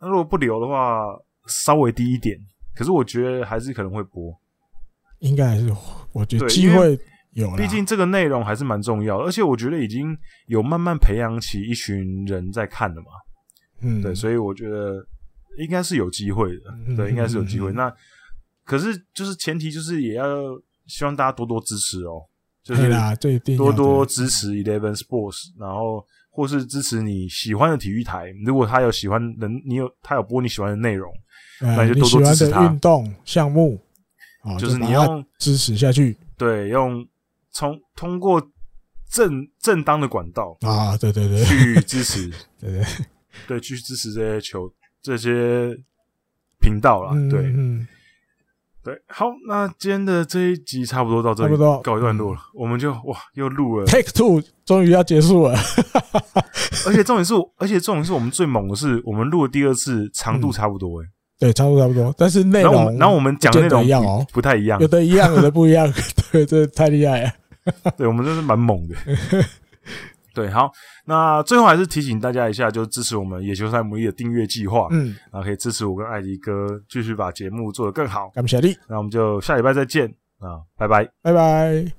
那如果不留的话，稍微低一点。可是我觉得还是可能会播，应该还是我觉得对机因为会有啦，毕竟这个内容还是蛮重要的，而且我觉得已经有慢慢培养起一群人在看了嘛。嗯对，所以我觉得应该是有机会的，嗯对，应该是有机会。嗯那可是就是前提就是也要希望大家多多支持哦，就是嘿啦，这一定要多的多支持 Eleven Sports，然后或是支持你喜欢的体育台，如果他有喜欢的，你有他有播你喜欢的内容，那呃就你多喜多欢支持的他运动项目，哦，就是把你它用支持下去对用从通过正正当的管道啊，对对对去支持，对对， 对，去支持这些球这些频道啦，嗯对。嗯，对，好，那今天的这一集差不多到这里，差不多，告一段落了。我们就哇，又录了 Take Two 终于要结束了， 而且重点是我，而且重点是我们最猛的是，我们录的第二次长度差不多哎、对，差不多差不多，但是嗯内然后我们容，然后我们讲的内容不见得一样哦不不太一样有，的一样，有的不一样， 对，这太厉害了，对我们真是蛮猛 的。对，好，那最后还是提醒大家一下，就支持我们野球赛姆一的订阅计划，嗯，然后可以支持我跟艾迪哥继续把节目做得更好。感谢你，那我们就下礼拜再见啊，拜拜。拜拜。